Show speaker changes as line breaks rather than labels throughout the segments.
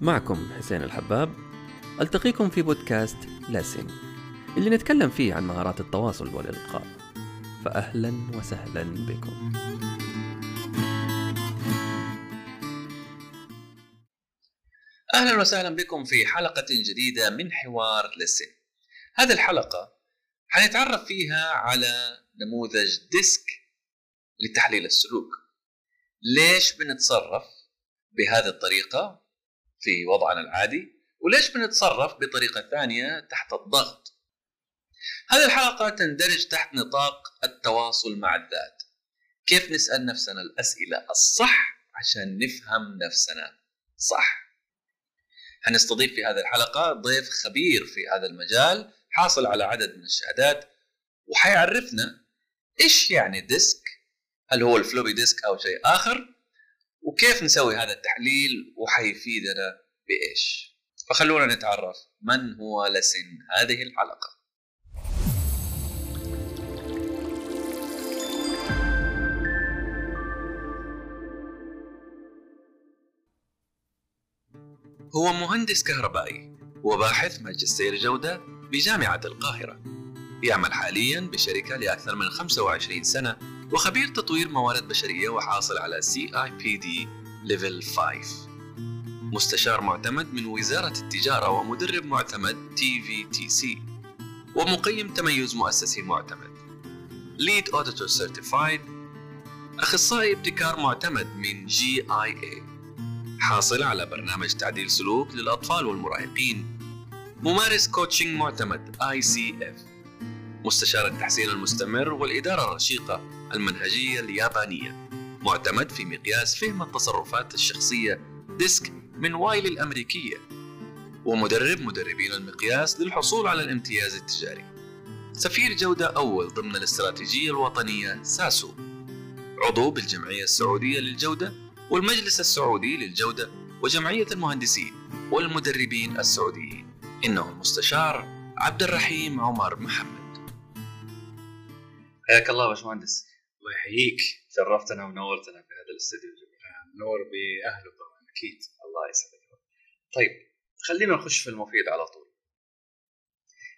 معكم حسين الحباب ألتقيكم في بودكاست لاسين اللي نتكلم فيه عن مهارات التواصل والإلقاء فأهلا وسهلا بكم أهلا وسهلا بكم في حلقة جديدة من حوار لاسين هذه الحلقة حنتعرف فيها على نموذج ديسك لتحليل السلوك ليش بنتصرف بهذه الطريقة في وضعنا العادي وليش بنتصرف بطريقة ثانية تحت الضغط هذه الحلقة تندرج تحت نطاق التواصل مع الذات كيف نسأل نفسنا الأسئلة الصح عشان نفهم نفسنا صح هنستضيف في هذه الحلقة ضيف خبير في هذا المجال حاصل على عدد من الشهادات وحيعرفنا ايش يعني ديسك هل هو الفلوبي ديسك او شيء اخر وكيف نسوي هذا التحليل وحيفيدنا بايش فخلونا نتعرف من هو لسن هذه الحلقه هو مهندس كهربائي وباحث ماجستير جودة بجامعة القاهرة يعمل حاليا بشركة لأكثر من 25 سنة وخبير تطوير موارد بشرية وحاصل على سي اي بي دي ليفل 5 مستشار معتمد من وزارة التجارة ومدرب معتمد تي في تي سي ومقيم تميز مؤسسي معتمد ليد اوديتور سيرتيفايد اخصائي ابتكار معتمد من جي اي اي حاصل على برنامج تعديل سلوك للاطفال والمراهقين ممارس كوتشنج معتمد اي سي اف مستشار التحسين المستمر والاداره الرشيقه المنهجيه اليابانيه معتمد في مقياس فهم التصرفات الشخصيه ديسك من وايل الامريكيه ومدرب مدربين المقياس للحصول على الامتياز التجاري سفير جوده اول ضمن الاستراتيجيه الوطنيه ساسو عضو بالجمعيه السعوديه للجوده والمجلس السعودي للجوده وجمعيه المهندسين والمدربين السعوديين انه المستشار عبد الرحيم عمر محمد حياك الله باشمهندس
الله يحييك شرفتنا ونورتنا في هذا الاستديو الجميل
آه،
نور باهله طبعا اكيد الله يسعدك طيب خلينا نخش في المفيد على طول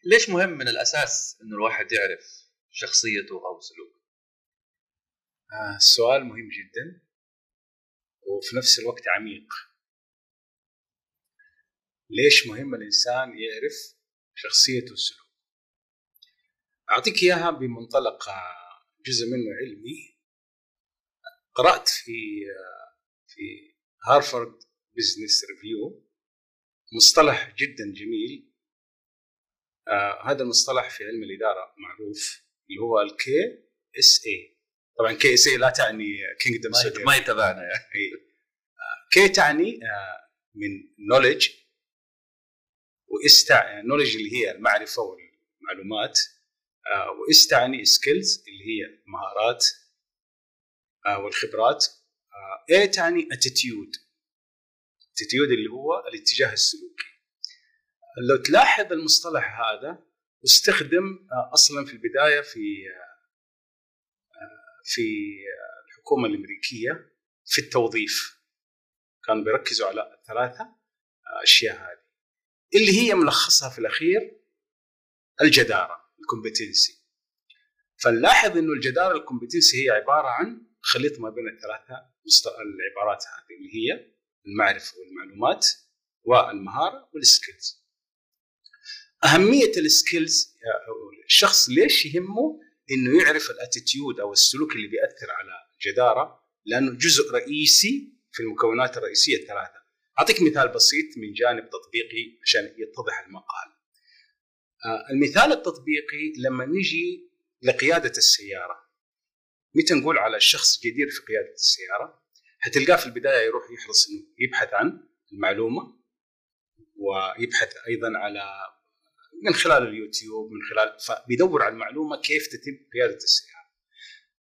ليش مهم من الاساس انه الواحد يعرف شخصيته او سلوكه
آه، السؤال مهم جدا وفي نفس الوقت عميق ليش مهم الإنسان يعرف شخصيته وسلوكه أعطيك إياها بمنطلق آه، جزء منه علمي قرأت في آه، في هارفارد بزنس ريفيو مصطلح جدا جميل آه، هذا المصطلح في علم الإدارة معروف اللي هو الكي اس اي طبعا كي اس اي لا تعني كينجدم
ما يتبعنا يعني
كي إيه. تعني آه، من نولج واس نولج آه، اللي هي المعرفه والمعلومات آه، واس تعني سكيلز اللي هي مهارات آه، والخبرات اي تعني اتيتيود اتيتيود اللي هو الاتجاه السلوكي لو تلاحظ المصطلح هذا استخدم آه، اصلا في البدايه في آه، آه، في آه، الحكومه الامريكيه في التوظيف كانوا بيركزوا على الثلاثة آه، أشياء هذه اللي هي ملخصها في الأخير الجدارة الكومبتنسي فنلاحظ أنه الجدارة الكومبتنسي هي عبارة عن خليط ما بين الثلاثة مست- العبارات هذه اللي هي المعرفة والمعلومات والمهارة والسكيلز أهمية السكيلز آه، الشخص ليش يهمه أنه يعرف الاتيتيود أو السلوك اللي بيأثر على الجدارة لأنه جزء رئيسي في المكونات الرئيسيه الثلاثه. اعطيك مثال بسيط من جانب تطبيقي عشان يتضح المقال. آه، المثال التطبيقي لما نجي لقياده السياره. متى نقول على الشخص جدير في قياده السياره؟ حتلقاه في البدايه يروح يحرص انه يبحث عن المعلومه ويبحث ايضا على من خلال اليوتيوب من خلال فبيدور على المعلومه كيف تتم قياده السياره.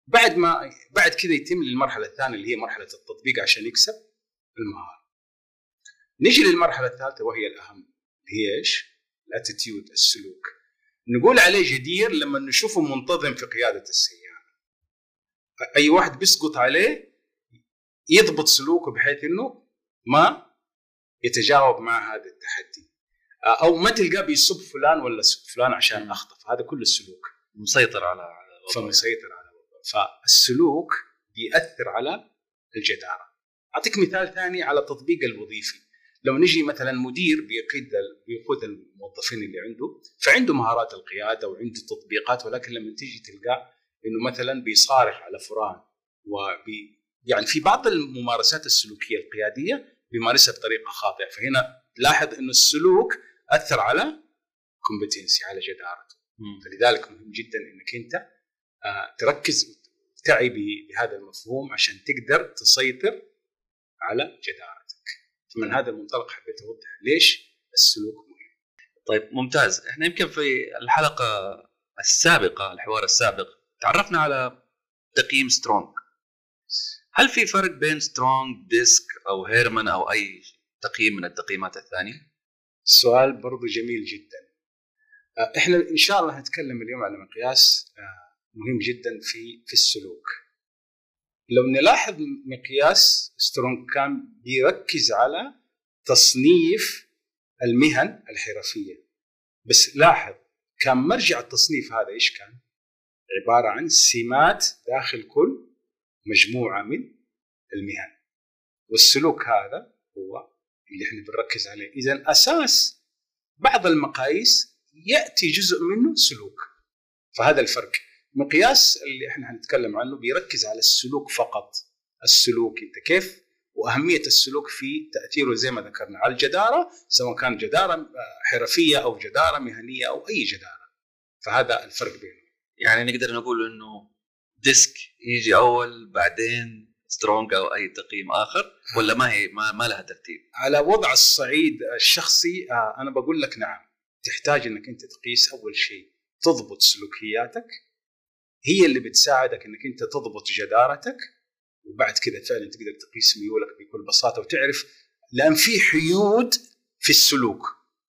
بعد ما بعد كذا يتم للمرحله الثانيه اللي هي مرحله التطبيق عشان يكسب المهاره. نجي للمرحله الثالثه وهي الاهم اللي هي ايش؟ الاتيتيود السلوك. نقول عليه جدير لما نشوفه منتظم في قياده السياره. اي واحد بيسقط عليه يضبط سلوكه بحيث انه ما يتجاوب مع هذا التحدي آه، او ما تلقاه بيصب فلان ولا سب فلان عشان اخطف هذا كله السلوك
مسيطر على على الوضع.
فمسيطر على الوضع فالسلوك بيأثر على الجدارة أعطيك مثال ثاني على التطبيق الوظيفي لو نجي مثلا مدير بيقيد بيقود الموظفين اللي عنده فعنده مهارات القيادة وعنده تطبيقات ولكن لما تيجي تلقاه انه مثلا بيصارخ على فلان وبي يعني في بعض الممارسات السلوكية القيادية بيمارسها بطريقة خاطئة فهنا تلاحظ انه السلوك أثر على كومبتنسي على جدارته فلذلك مهم جدا انك انت آه، تركز وتعي ب- بهذا المفهوم عشان تقدر تسيطر على جدارتك من هذا المنطلق حبيت اوضح ليش السلوك مهم
طيب ممتاز احنا يمكن في الحلقه السابقه الحوار السابق تعرفنا على تقييم سترونج هل في فرق بين سترونج ديسك او هيرمان او اي تقييم من التقييمات الثانيه
السؤال برضو جميل جدا آه، احنا ان شاء الله هنتكلم اليوم على مقياس آه، مهم جدا في في السلوك لو نلاحظ مقياس سترونج كان بيركز على تصنيف المهن الحرفيه بس لاحظ كان مرجع التصنيف هذا ايش كان؟ عباره عن سمات داخل كل مجموعه من المهن والسلوك هذا هو اللي احنا بنركز عليه اذا اساس بعض المقاييس ياتي جزء منه سلوك فهذا الفرق مقياس اللي احنا هنتكلم عنه بيركز على السلوك فقط السلوك انت كيف واهميه السلوك في تاثيره زي ما ذكرنا على الجداره سواء كان جداره آه، حرفيه او جداره مهنيه او اي جداره فهذا الفرق بينهم
يعني نقدر نقول انه ديسك يجي اول بعدين سترونج او اي تقييم اخر ولا ما هي ما, ما لها ترتيب
على وضع الصعيد الشخصي آه، انا بقول لك نعم تحتاج انك انت تقيس اول شيء تضبط سلوكياتك هي اللي بتساعدك انك انت تضبط جدارتك وبعد كذا فعلا تقدر تقيس ميولك بكل بساطه وتعرف لان في حيود في السلوك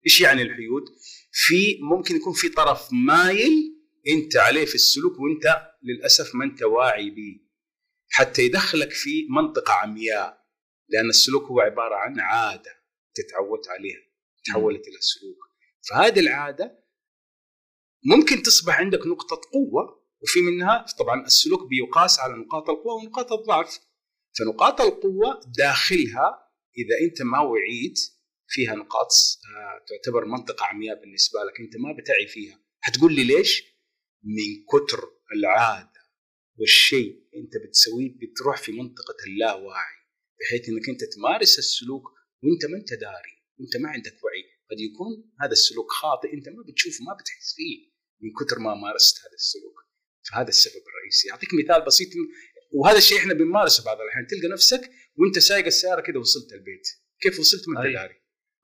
ايش يعني الحيود في ممكن يكون في طرف مايل انت عليه في السلوك وانت للاسف ما انت واعي به حتى يدخلك في منطقه عمياء لان السلوك هو عباره عن عاده تتعودت عليها تحولت الى سلوك فهذه العاده ممكن تصبح عندك نقطه قوه وفي منها طبعا السلوك بيقاس على نقاط القوه ونقاط الضعف فنقاط القوه داخلها اذا انت ما وعيت فيها نقاط آه، تعتبر منطقه عمياء بالنسبه لك انت ما بتعي فيها هتقول لي ليش من كتر العاده والشيء انت بتسويه بتروح في منطقه اللاوعي بحيث انك انت تمارس السلوك وانت ما انت داري وانت ما عندك وعي قد يكون هذا السلوك خاطئ انت ما بتشوفه ما بتحس فيه من كثر ما مارست هذا السلوك فهذا السبب الرئيسي اعطيك مثال بسيط وهذا الشيء احنا بنمارسه بعض الاحيان تلقى نفسك وانت سايق السياره كده وصلت البيت كيف وصلت ما
أي.
انت داري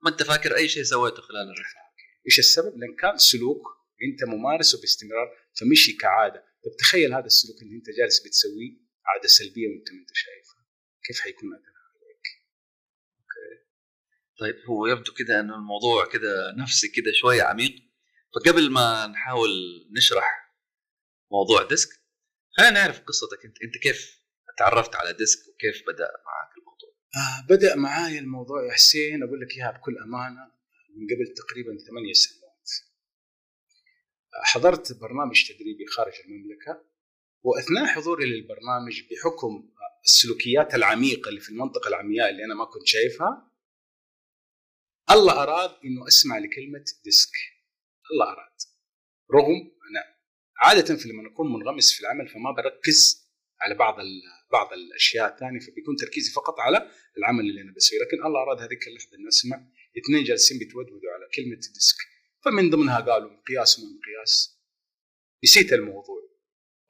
ما انت فاكر اي شيء سويته خلال الرحله
ايش السبب؟ لان كان سلوك انت ممارسه باستمرار فمشي كعاده، طب طيب تخيل هذا السلوك اللي انت جالس بتسويه عاده سلبيه وانت ما انت شايفها، كيف حيكون اثرها؟
طيب هو يبدو كده ان الموضوع كده نفسي كده شويه عميق فقبل ما نحاول نشرح موضوع ديسك خلينا نعرف قصتك انت انت كيف تعرفت على ديسك وكيف بدا معك الموضوع
آه بدا معاي الموضوع يا حسين اقول لك اياها بكل امانه من قبل تقريبا ثمانية سنوات. آه، حضرت برنامج تدريبي خارج المملكه واثناء حضوري للبرنامج بحكم آه، السلوكيات العميقه اللي في المنطقه العمياء اللي انا ما كنت شايفها الله اراد انه اسمع لكلمه ديسك الله اراد رغم انا عاده في لما اكون منغمس في العمل فما بركز على بعض ال- بعض الاشياء الثانيه فبيكون تركيزي فقط على العمل اللي انا بسويه لكن الله اراد هذيك اللحظه اني اسمع اثنين جالسين بيتودودوا على كلمه ديسك فمن ضمنها قالوا مقياس وما مقياس نسيت الموضوع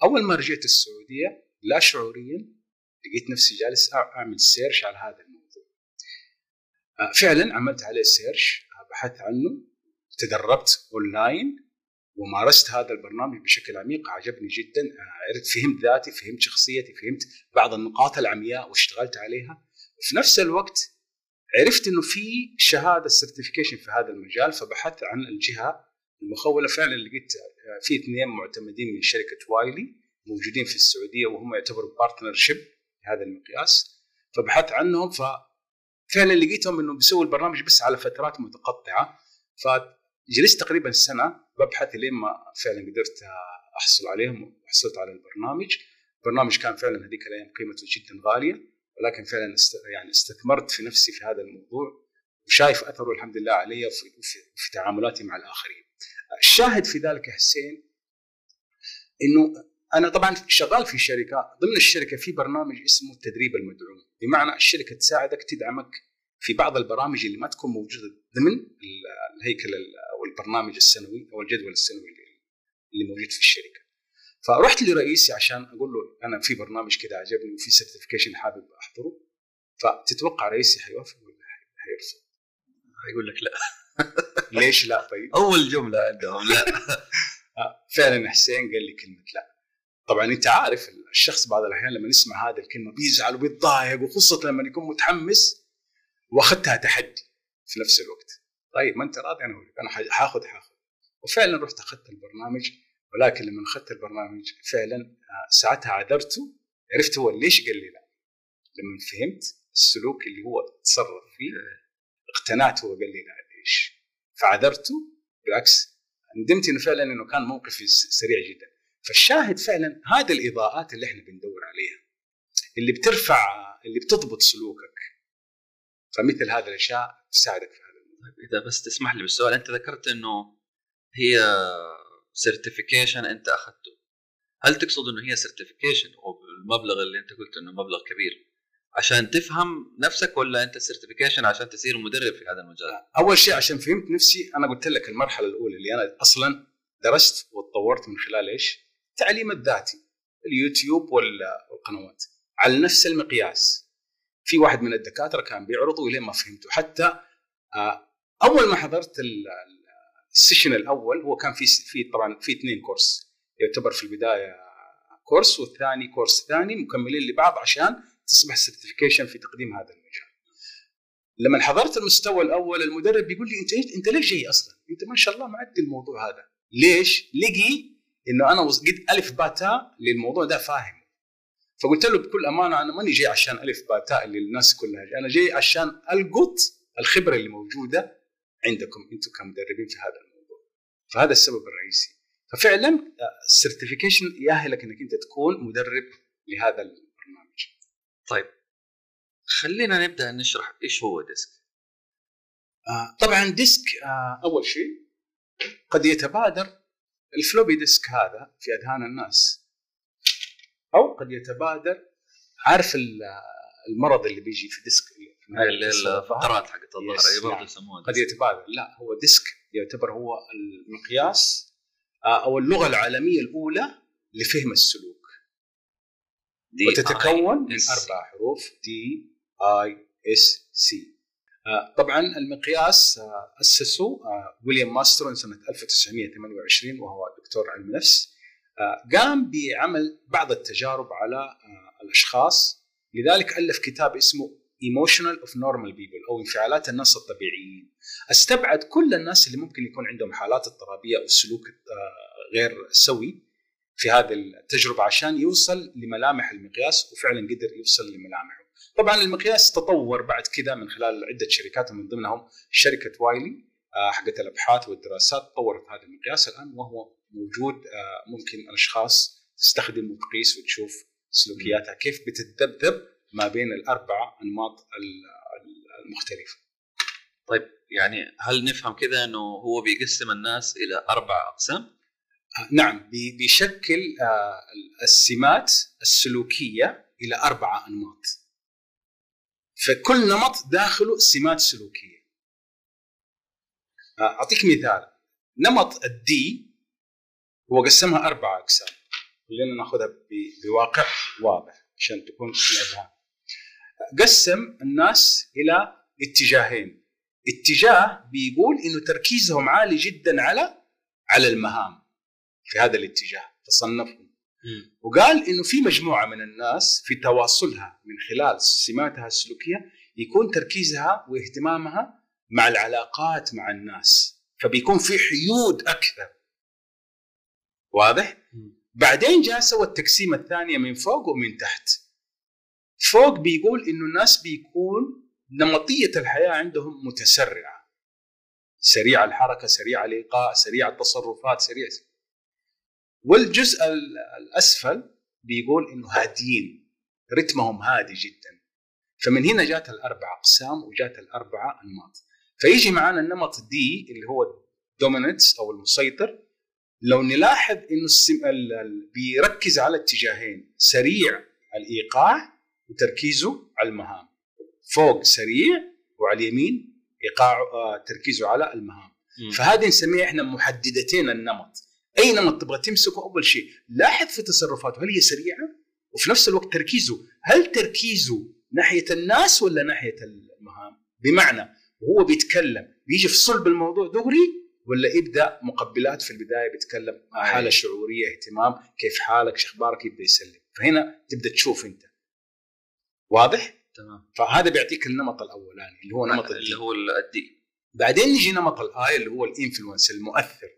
اول ما رجعت السعوديه لا شعوريا لقيت نفسي جالس أع- اعمل سيرش على هذا الموضوع آه، فعلا عملت عليه سيرش آه، بحثت عنه تدربت اونلاين ومارست هذا البرنامج بشكل عميق عجبني جدا آه، عرفت فهمت ذاتي فهمت شخصيتي فهمت بعض النقاط العمياء واشتغلت عليها في نفس الوقت عرفت انه في شهاده سيرتيفيكيشن في هذا المجال فبحثت عن الجهه المخوله فعلا لقيت آه، في اثنين معتمدين من شركه وايلي موجودين في السعوديه وهم يعتبروا بارتنر شيب هذا المقياس فبحثت عنهم ف فعلا لقيتهم انه بيسووا البرنامج بس على فترات متقطعه فجلست تقريبا سنه ببحث لين ما فعلا قدرت آه، احصل عليهم وحصلت على البرنامج البرنامج كان فعلا هذيك الايام قيمته جدا غاليه ولكن فعلا است... يعني استثمرت في نفسي في هذا الموضوع وشايف اثره الحمد لله علي في, في... في تعاملاتي مع الاخرين. الشاهد في ذلك يا حسين انه انا طبعا شغال في شركه ضمن الشركه في برنامج اسمه التدريب المدعوم بمعنى الشركه تساعدك تدعمك في بعض البرامج اللي ما تكون موجوده ضمن ال- الهيكل ال- او البرنامج السنوي او الجدول السنوي اللي- اللي موجود في الشركه فرحت لرئيسي عشان اقول له انا في برنامج كذا عجبني وفي سيرتيفيكيشن حابب احضره فتتوقع رئيسي حيوافق ولا حي- حيرفض؟
يقول لك لا
ليش لا طيب؟
اول جمله عندهم لا
آه، فعلا حسين قال لي كلمه لا طبعا انت عارف الشخص بعض الاحيان لما يسمع هذه الكلمه بيزعل وبيتضايق وخصوصا لما يكون متحمس واخذتها تحدي في نفس الوقت طيب ما انت راضي انا اقول لك انا ح- حاخذ حاخذ وفعلا رحت اخذت البرنامج ولكن لما اخذت البرنامج فعلا آه، ساعتها عذرته عرفت هو ليش قال لي لا لما فهمت السلوك اللي هو تصرف فيه اقتنعت هو قال لي لا ليش فعذرته بالعكس ندمت انه فعلا انه كان موقفي س- سريع جدا فالشاهد فعلا هذه الاضاءات اللي احنا بندور عليها اللي بترفع اللي بتضبط سلوكك فمثل هذه الاشياء تساعدك في هذا الموضوع
اذا بس تسمح لي بالسؤال انت ذكرت انه هي سيرتيفيكيشن انت اخذته هل تقصد انه هي سيرتيفيكيشن المبلغ اللي انت قلت انه مبلغ كبير عشان تفهم نفسك ولا انت سيرتيفيكيشن عشان تصير مدرب في هذا المجال
اول شيء عشان فهمت نفسي انا قلت لك المرحله الاولى اللي انا اصلا درست وتطورت من خلال ايش؟ التعليم الذاتي اليوتيوب وال- والقنوات على نفس المقياس في واحد من الدكاتره كان بيعرضه لين ما فهمته حتى آه، اول ما حضرت ال- ال- السيشن الاول هو كان في في طبعا في اثنين كورس يعتبر في البدايه كورس والثاني كورس ثاني مكملين لبعض عشان تصبح سيرتيفيكيشن في تقديم هذا المجال لما حضرت المستوى الاول المدرب بيقول لي انت إيش- انت ليش جاي اصلا؟ انت ما شاء الله معدي الموضوع هذا، ليش؟ لقي انه انا وص- قد الف با تاء للموضوع ده فاهم. فقلت له بكل امانه انا ماني جاي عشان الف با تاء اللي الناس كلها جاي. انا جاي عشان القط الخبره اللي موجوده عندكم انتم كمدربين في هذا الموضوع. فهذا السبب الرئيسي. آه، ففعلا السيرتيفيكيشن ياهلك انك انت تكون مدرب لهذا البرنامج.
خلينا نبدا نشرح ايش هو ديسك
آه، طبعا ديسك آه، اول شيء قد يتبادر الفلوبي ديسك هذا في اذهان الناس او قد يتبادر عارف ال- آه، المرض اللي بيجي في ديسك في نهاية
اللي
الظهر؟
الفقرات حقت الظهر
Yes،
اي برضه
نعم.
يسموها
قد
disc.
يتبادر لا هو ديسك يعتبر هو المقياس آه، او اللغه العالميه الاولى لفهم السلوك
دي
وتتكون من
IS.
اربع حروف دي اي اس سي طبعا آه، المقياس آه، اسسه آه، ويليام ماسترون سنه 1928 وهو دكتور علم نفس آه، قام بعمل بعض التجارب على آه، الاشخاص لذلك الف كتاب اسمه ايموشنال اوف نورمال بيبل او انفعالات الناس الطبيعيين استبعد كل الناس اللي ممكن يكون عندهم حالات اضطرابيه او سلوك آه، غير سوي في هذه التجربه عشان يوصل لملامح المقياس وفعلا قدر يوصل لملامحه. طبعا المقياس تطور بعد كذا من خلال عده شركات ومن ضمنهم شركه وايلي آه، حقت الابحاث والدراسات طورت هذا المقياس الان وهو موجود آه، ممكن الاشخاص تستخدم وتقيس وتشوف سلوكياتها كيف بتتذبذب ما بين الاربع انماط ال- ال- المختلفه.
يعني هل نفهم كذا انه هو بيقسم الناس الى اربع اقسام
آه، نعم بي- بيشكل آه، السمات السلوكيه الى اربعه انماط. فكل نمط داخله سمات سلوكيه. آه، اعطيك مثال نمط الدي هو قسمها اربع اقسام خلينا ناخذها ب- بواقع واضح عشان تكون في الاذهان. آه، قسم الناس الى اتجاهين. اتجاه بيقول انه تركيزهم عالي جدا على على المهام. في هذا الاتجاه تصنفهم وقال انه في مجموعه من الناس في تواصلها من خلال سماتها السلوكيه يكون تركيزها واهتمامها مع العلاقات مع الناس فبيكون في حيود اكثر واضح؟
مم.
بعدين جاء سوى التقسيمه الثانيه من فوق ومن تحت فوق بيقول انه الناس بيكون نمطيه الحياه عندهم متسرعه سريع الحركه سريع الايقاع سريع التصرفات سريع والجزء ال- الاسفل بيقول انه هاديين رتمهم هادي جدا فمن هنا جات الاربع اقسام وجات الاربعه انماط فيجي معانا النمط دي اللي هو الدوميننس او المسيطر لو نلاحظ انه السم... ال... ال... بيركز على اتجاهين سريع الايقاع وتركيزه على المهام فوق سريع وعلى اليمين ايقاع آه، تركيزه على المهام فهذه نسميها احنا محددتين النمط اي نمط تبغى تمسكه اول شيء لاحظ في تصرفاته هل هي سريعه وفي نفس الوقت تركيزه هل تركيزه ناحيه الناس ولا ناحيه المهام بمعنى وهو بيتكلم بيجي في صلب الموضوع دغري ولا يبدا مقبلات في البدايه بيتكلم آه،
يعني
حاله شعوريه اهتمام كيف حالك شخبارك يبدا يسلم فهنا تبدا تشوف انت واضح
تمام
فهذا بيعطيك النمط الاولاني اللي هو نمط
اللي
الدي
هو الدي
بعدين نجي نمط الاي اللي هو الانفلونس المؤثر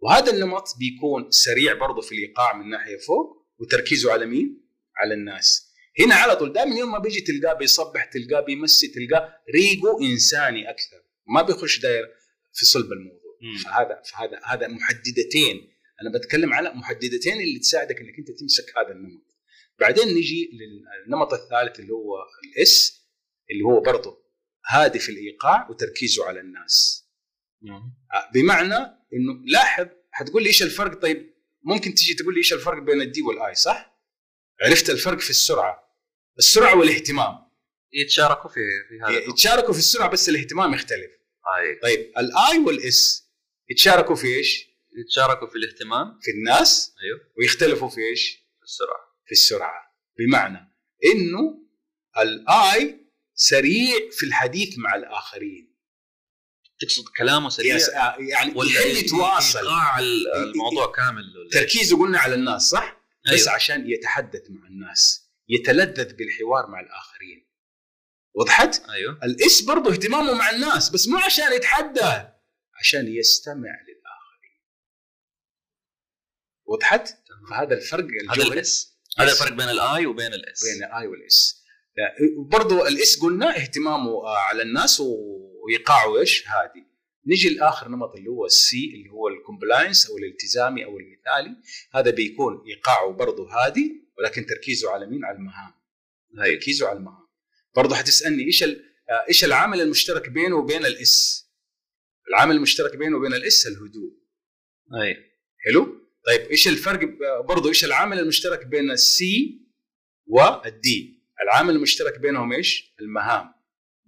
وهذا النمط بيكون سريع برضه في الايقاع من ناحيه فوق وتركيزه على مين؟ على الناس هنا على طول دائما يوم ما بيجي تلقاه بيصبح تلقاه بيمسي تلقاه ريقه انساني اكثر ما بيخش داير في صلب الموضوع فهذا فهذا هذا محددتين انا بتكلم على محددتين اللي تساعدك انك انت تمسك هذا النمط بعدين نجي للنمط الثالث اللي هو الاس اللي هو برضه هادي في الايقاع وتركيزه على الناس آه، بمعنى انه لاحظ حتقول لي ايش الفرق طيب ممكن تجي تقول لي ايش الفرق بين الدي والاي صح؟ عرفت الفرق في السرعه السرعه والاهتمام
يتشاركوا في في
إيه،
هذا النمط.
يتشاركوا في السرعه بس الاهتمام يختلف
آه،
طيب الاي والاس يتشاركوا في ايش؟
يتشاركوا في الاهتمام
في الناس
ايوه
ويختلفوا في ايش؟
السرعه
في السرعه بمعنى انه الاي سريع في الحديث مع الاخرين
تقصد كلامه سريع
يس- آه، يعني يحب
ال-
يتواصل
ايقاع ال- الموضوع كامل ولا إيه؟
تركيزه قلنا على الناس صح؟ بس
أيوة.
عشان يتحدث مع الناس يتلذذ بالحوار مع الاخرين وضحت
ايوه
الاس برضه اهتمامه مع الناس بس مو عشان يتحدى عشان يستمع للاخرين وضحت فهذا الفرق
هذا
الجوهري
الاس هذا الفرق بين الاي وبين الاس
بين الاي والاس برضه الاس قلنا اهتمامه آه، على الناس وايقاعه ايش هادي نجي لاخر نمط اللي هو السي اللي هو الكومبلاينس او الالتزامي او المثالي هذا بيكون ايقاعه برضه هادي ولكن تركيزه على مين على المهام تركيزه على المهام برضه حتسالني ايش ال- آه، ايش العامل المشترك بينه وبين الاس العامل المشترك بينه وبين الاس الهدوء
ايوه
حلو طيب ايش الفرق ب- برضه ايش العامل المشترك بين السي والدي العامل المشترك بينهم ايش المهام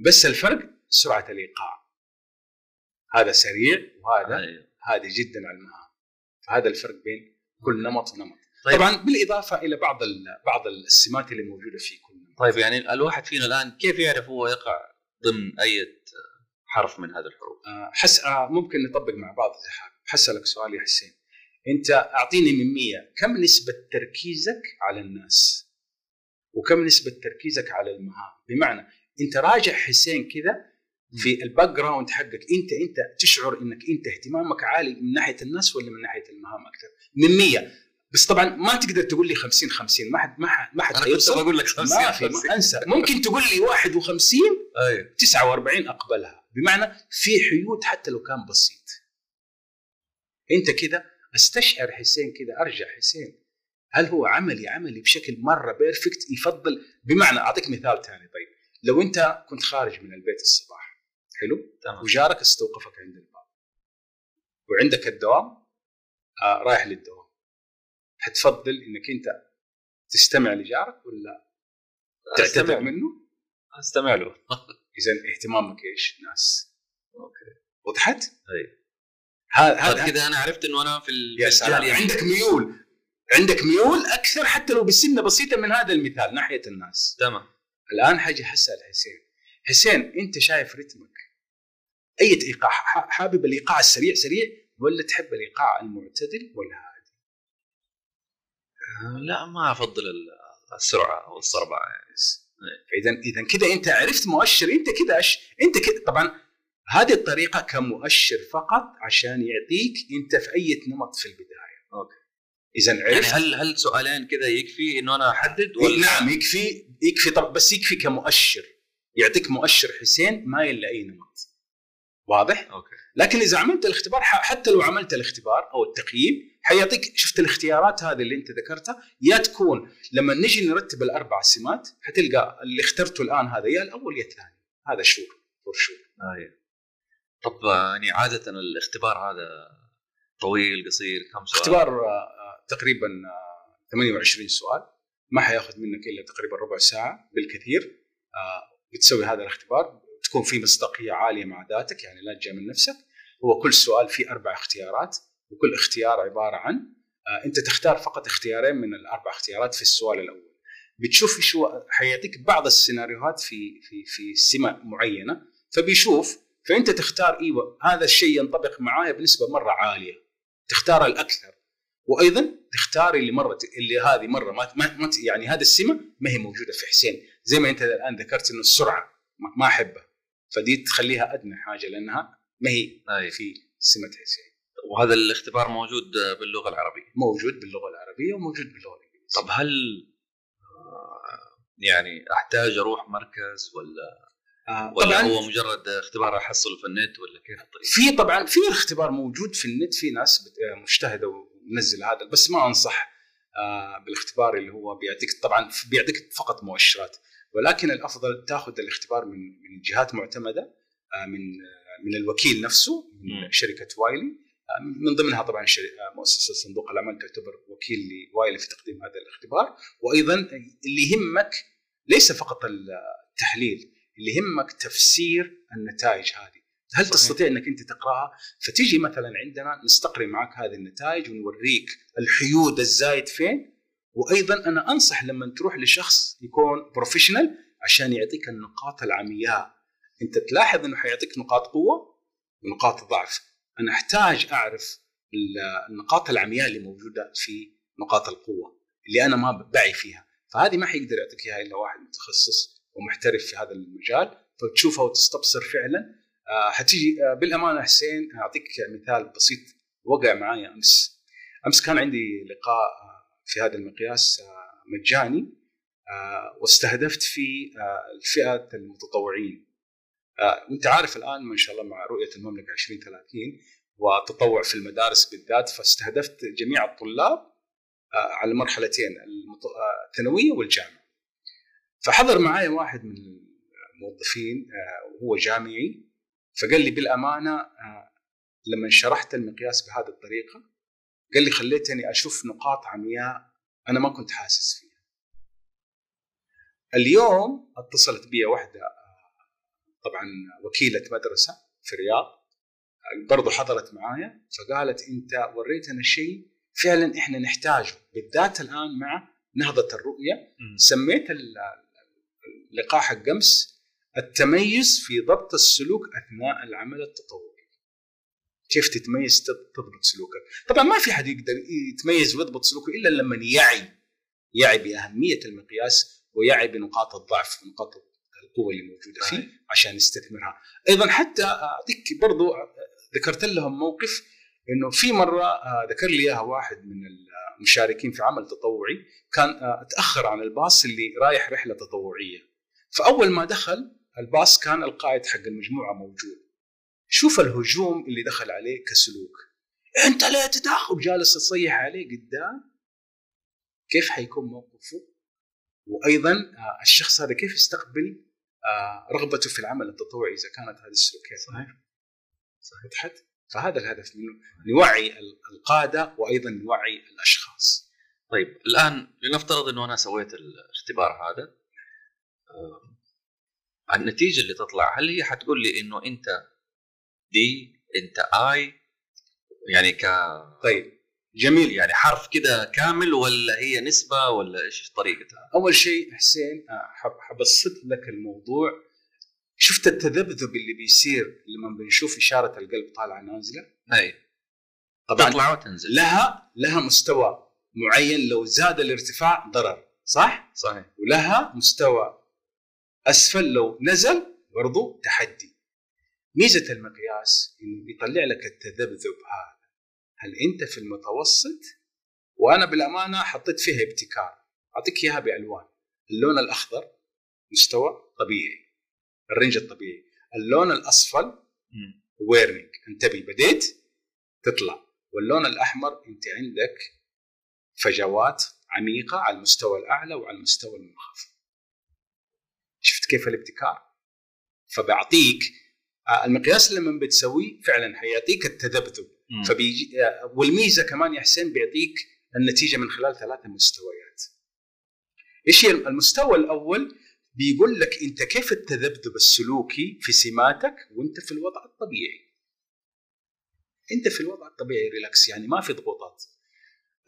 بس الفرق سرعه الايقاع هذا سريع وهذا
أيوة.
هادي جدا على المهام فهذا الفرق بين كل نمط ونمط
طيب.
طبعا بالاضافه الى بعض ال- بعض السمات اللي موجوده في كل نمط
طيب يعني الواحد فينا الان كيف يعرف هو يقع ضمن اي حرف من هذه الحروف؟
آه، حس آه، ممكن نطبق مع بعض اذا حابب حسألك سؤال يا حسين انت اعطيني من 100 كم نسبه تركيزك على الناس وكم نسبه تركيزك على المهام بمعنى انت راجع حسين كذا في الباك جراوند حقك انت انت تشعر انك انت اهتمامك عالي من ناحيه الناس ولا من ناحيه المهام اكثر من 100 بس طبعا ما تقدر تقول لي 50 50 ما حد ما حد ما حد
انا كنت
حيوصل.
بقول لك
طيب،
يعني.
ما
50
في ما انسى ممكن تقول لي 51
ايوه
49 اقبلها بمعنى في حيود حتى لو كان بسيط انت كده استشعر حسين كده ارجع حسين هل هو عملي عملي بشكل مره بيرفكت يفضل بمعنى اعطيك مثال ثاني طيب لو انت كنت خارج من البيت الصباح حلو
تمام
وجارك استوقفك عند الباب وعندك الدوام آه رايح للدوام حتفضل انك انت تستمع لجارك ولا تعتذر
أستمع-
منه
استمع له
اذا اهتمامك ايش؟ ناس
اوكي
وضحت؟
طيب.
هذا
طيب
هذا
كذا انا عرفت انه انا في يعني. ال- في
يا سلام
الجالية.
عندك ميول عندك ميول اكثر حتى لو بسنه بسيطه من هذا المثال ناحيه الناس
تمام
الان حاجه حسال حسين حسين انت شايف رتمك اي ايقاع ح- حابب الايقاع السريع سريع ولا تحب الايقاع المعتدل ولا هادي؟
آه، لا ما افضل ال- السرعه او الصربعه يعني
فاذا اذا كده انت عرفت مؤشر انت كده أش... انت كده طبعا هذه الطريقه كمؤشر فقط عشان يعطيك انت في اي نمط في البدايه
أوكي.
اذا
يعني
عرفت إيه، نعم،
هل هل سؤالين كذا يكفي انه انا احدد
ولا
ولا
نعم يكفي يكفي طب بس يكفي كمؤشر يعطيك مؤشر حسين مايل لاي نمط واضح؟
اوكي
لكن اذا عملت الاختبار ح- حتى لو عملت الاختبار او التقييم حيعطيك شفت الاختيارات هذه اللي انت ذكرتها يا تكون لما نجي نرتب الاربع سمات حتلقى اللي اخترته الان هذا يا الاول يا الثاني هذا شور فور شور
ايوه طب آه، يعني عاده الاختبار هذا طويل قصير كم سؤال؟
اختبار آه، آه، تقريبا آه، 28 سؤال ما حياخذ منك الا تقريبا ربع ساعه بالكثير آه، بتسوي هذا الاختبار تكون في مصداقيه عاليه مع ذاتك يعني لا تجامل نفسك هو كل سؤال فيه اربع اختيارات وكل اختيار عباره عن آه، انت تختار فقط اختيارين من الاربع اختيارات في السؤال الاول بتشوف ايش هو حيعطيك بعض السيناريوهات في في في سمه معينه فبيشوف فانت تختار ايوه هذا الشيء ينطبق معايا بنسبه مره عاليه تختار الاكثر وايضا تختار اللي مره اللي هذه مره ما, ما ما- يعني هذه السمه ما هي موجوده في حسين زي ما انت الان ذكرت انه السرعه ما- ما احبها فدي تخليها ادنى حاجه لانها ما هي
أيوة.
في سمه حسين
وهذا الاختبار موجود آه، باللغه العربيه
موجود باللغه العربيه وموجود باللغه الانجليزيه
طب هل آه، يعني احتاج اروح مركز ولا
آه،
ولا
طبعا
هو مجرد اختبار احصله في النت ولا كيف الطريقه؟
في طبعا في اختبار موجود في النت في ناس بت- آه، مجتهده ومنزل هذا بس ما انصح آه، بالاختبار اللي هو بيعطيك طبعا ف- بيعطيك فقط مؤشرات ولكن الافضل تاخذ الاختبار من من جهات معتمده آه، من آه، من الوكيل نفسه
مم.
من شركه وايلي آه، من ضمنها طبعا شري- آه، مؤسسه صندوق الاعمال تعتبر وكيل لوايلي في تقديم هذا الاختبار وايضا اللي يهمك ليس فقط التحليل اللي يهمك تفسير النتائج هذه هل
صحيح.
صحيح. تستطيع انك انت تقراها فتيجي مثلا عندنا نستقري معك هذه النتائج ونوريك الحيود الزايد فين وايضا انا انصح لما تروح لشخص يكون بروفيشنال عشان يعطيك النقاط العمياء انت تلاحظ انه حيعطيك نقاط قوه ونقاط ضعف انا احتاج اعرف ال- النقاط العمياء اللي موجوده في نقاط القوه اللي انا ما بعي فيها فهذه ما حيقدر يعطيك اياها الا واحد متخصص ومحترف في هذا المجال فتشوفها وتستبصر فعلا آه، حتيجي آه، بالامانه حسين اعطيك مثال بسيط وقع معايا امس امس كان عندي لقاء آه، في هذا المقياس آه، مجاني آه، واستهدفت في آه، الفئه المتطوعين آه، وانت عارف الان ما شاء الله مع رؤيه المملكه 2030 وتطوع في المدارس بالذات فاستهدفت جميع الطلاب آه، على مرحلتين المت- آه، الثانويه والجامعه. فحضر معي واحد من الموظفين آه، وهو جامعي فقال لي بالامانه آه، لما شرحت المقياس بهذه الطريقه قال لي خليتني اشوف نقاط عمياء انا ما كنت حاسس فيها. اليوم اتصلت بي واحده آه، طبعا وكيله مدرسه في الرياض آه، برضو حضرت معايا فقالت انت وريتنا شيء فعلا احنا نحتاجه بالذات الان مع نهضه الرؤيه سميت ال- اللقاء حق امس التميز في ضبط السلوك اثناء العمل التطوعي. كيف تتميز تض- تضبط سلوكك؟ طبعا ما في حد يقدر يتميز ويضبط سلوكه الا لما يعي يعي باهميه المقياس ويعي بنقاط الضعف ونقاط القوه اللي موجوده فيه عشان يستثمرها. ايضا حتى اعطيك برضو ذكرت لهم موقف انه في مره آه، ذكر لي اياها واحد من المشاركين في عمل تطوعي كان آه، تاخر عن الباص اللي رايح رحله تطوعيه فاول ما دخل الباص كان القائد حق المجموعه موجود شوف الهجوم اللي دخل عليه كسلوك انت ليه تتاخر جالس تصيح عليه قدام كيف حيكون موقفه وايضا آه، الشخص هذا كيف يستقبل آه، رغبته في العمل التطوعي اذا كانت هذه السلوكيات صحيح صحيح فهذا الهدف منه نوعي ال- القاده وايضا نوعي الاشخاص
طيب الان لنفترض انه انا سويت الاختبار هذا آم، النتيجه اللي تطلع هل هي حتقول لي انه انت دي انت اي يعني ك
طيب جميل
يعني حرف كده كامل ولا هي نسبه ولا ايش طريقتها؟
اول شيء حسين آه، حب- حبسط لك الموضوع شفت التذبذب اللي بيصير لما بنشوف اشاره القلب طالعه نازله
اي
طبعا
تطلع وتنزل
لها لها مستوى معين لو زاد الارتفاع ضرر صح
صحيح
ولها مستوى اسفل لو نزل برضو تحدي ميزه المقياس انه بيطلع لك التذبذب هذا هل انت في المتوسط وانا بالامانه حطيت فيها ابتكار اعطيك اياها بالوان اللون الاخضر مستوى طبيعي الرينج الطبيعي اللون الاصفر ويرنينج انتبه بديت تطلع واللون الاحمر انت عندك فجوات عميقه على المستوى الاعلى وعلى المستوى المنخفض شفت كيف الابتكار فبيعطيك آه، المقياس لما بتسويه فعلا حيعطيك التذبذب
ف...
فبيجي آه، والميزه كمان يا حسين بيعطيك النتيجه من خلال ثلاثه مستويات. ايش هي المستوى الاول؟ بيقول لك انت كيف التذبذب السلوكي في سماتك وانت في الوضع الطبيعي. انت في الوضع الطبيعي ريلاكس يعني ما في ضغوطات.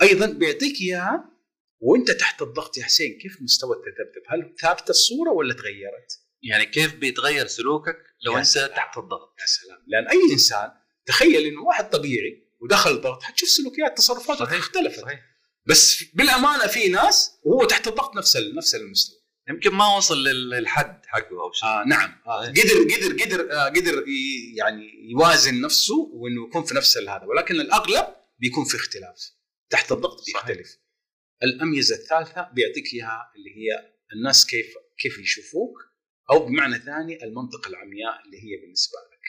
ايضا بيعطيك اياها وانت تحت الضغط يا حسين كيف مستوى التذبذب؟ هل ثابته الصوره ولا تغيرت؟
يعني كيف بيتغير سلوكك لو
يا
انت
سلام.
تحت الضغط
يا سلام لان اي انسان تخيل انه واحد طبيعي ودخل ضغط حتشوف سلوكيات تصرفاته
صحيح،
اختلفت
صحيح
بس بالامانه في ناس وهو تحت الضغط نفس ال- نفس المستوى
يمكن ما وصل لل- للحد حقه او شيء
آه نعم آه قدر قدر قدر آه قدر ي- يعني يوازن نفسه وانه يكون في نفس هذا ولكن الاغلب بيكون في اختلاف تحت الضغط
صحيح.
بيختلف الاميزه الثالثه بيعطيك اياها اللي هي الناس كيف كيف يشوفوك او بمعنى ثاني المنطقه العمياء اللي هي بالنسبه لك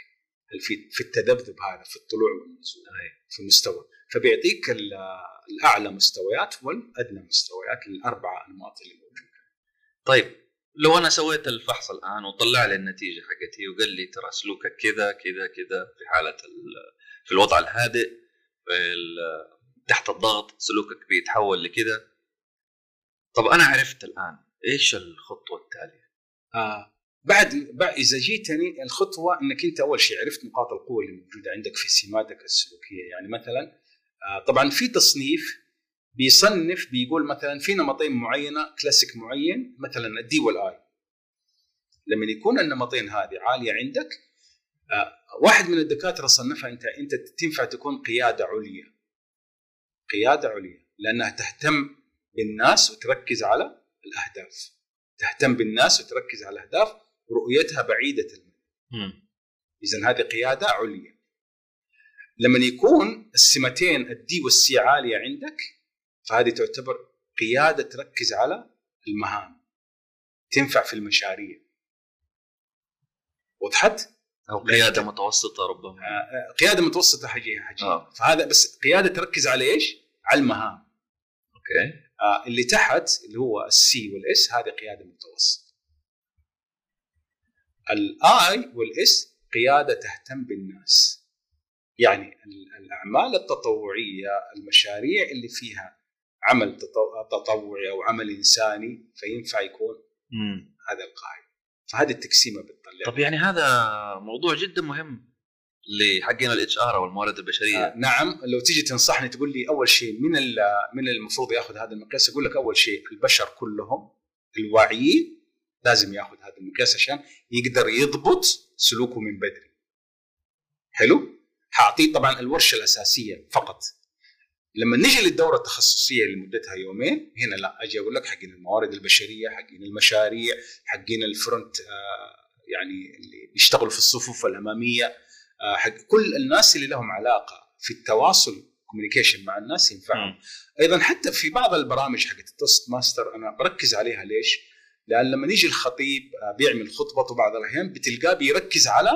في في التذبذب هذا في الطلوع والنزول في المستوى فبيعطيك ال- الاعلى مستويات والادنى مستويات الاربعه انماط اللي موجوده
طيب لو انا سويت الفحص الان وطلع لي النتيجه حقتي وقال لي ترى سلوكك كذا كذا كذا في حاله ال- في الوضع الهادئ في ال- تحت الضغط سلوكك بيتحول لكذا طب انا عرفت الان ايش الخطوه التاليه؟
آه بعد بعد اذا جيتني الخطوه انك انت اول شيء عرفت نقاط القوه اللي موجوده عندك في سماتك السلوكيه يعني مثلا آه طبعا في تصنيف بيصنف بيقول مثلا في نمطين معينه كلاسيك معين مثلا الدي والاي لما يكون النمطين هذه عاليه عندك آه واحد من الدكاتره صنفها انت انت تنفع تكون قياده عليا قياده عليا لانها تهتم بالناس وتركز على الاهداف تهتم بالناس وتركز على الاهداف رؤيتها بعيده المدى اذا هذه قياده عليا لما يكون السمتين الدي والسي عاليه عندك فهذه تعتبر قياده تركز على المهام تنفع في المشاريع وضحت؟
او قياده متوسطه ربما
آه، آه، قياده متوسطه حاجيه حاجيه
آه.
فهذا بس قياده تركز على ايش؟ على المهام
اوكي
آه، اللي تحت اللي هو السي والاس هذه قياده متوسط الاي والاس قياده تهتم بالناس يعني ال- الاعمال التطوعيه المشاريع اللي فيها عمل تطو- تطوعي او عمل انساني فينفع يكون
مم.
هذا القائد فهذه التقسيمه بتطلع
طب يعني هذا موضوع جدا مهم لحقنا الاتش ار او الموارد البشريه
آه، نعم لو تيجي تنصحني تقول لي اول شيء من ال- من المفروض ياخذ هذا المقياس اقول لك اول شيء البشر كلهم الواعيين لازم ياخذ هذا المقياس عشان يقدر يضبط سلوكه من بدري. حلو؟ حاعطيه طبعا الورشه الاساسيه فقط. لما نجي للدوره التخصصيه اللي مدتها يومين هنا لا اجي اقول لك حقين الموارد البشريه، حقين المشاريع، حقين الفرونت آه، يعني اللي يشتغلوا في الصفوف الاماميه آه، حق كل الناس اللي لهم علاقه في التواصل كوميونيكيشن مع الناس ينفعهم
مم.
ايضا حتى في بعض البرامج حقت التوست ماستر انا بركز عليها ليش؟ لان لما يجي الخطيب آه، بيعمل خطبته بعض الاحيان بتلقاه بيركز على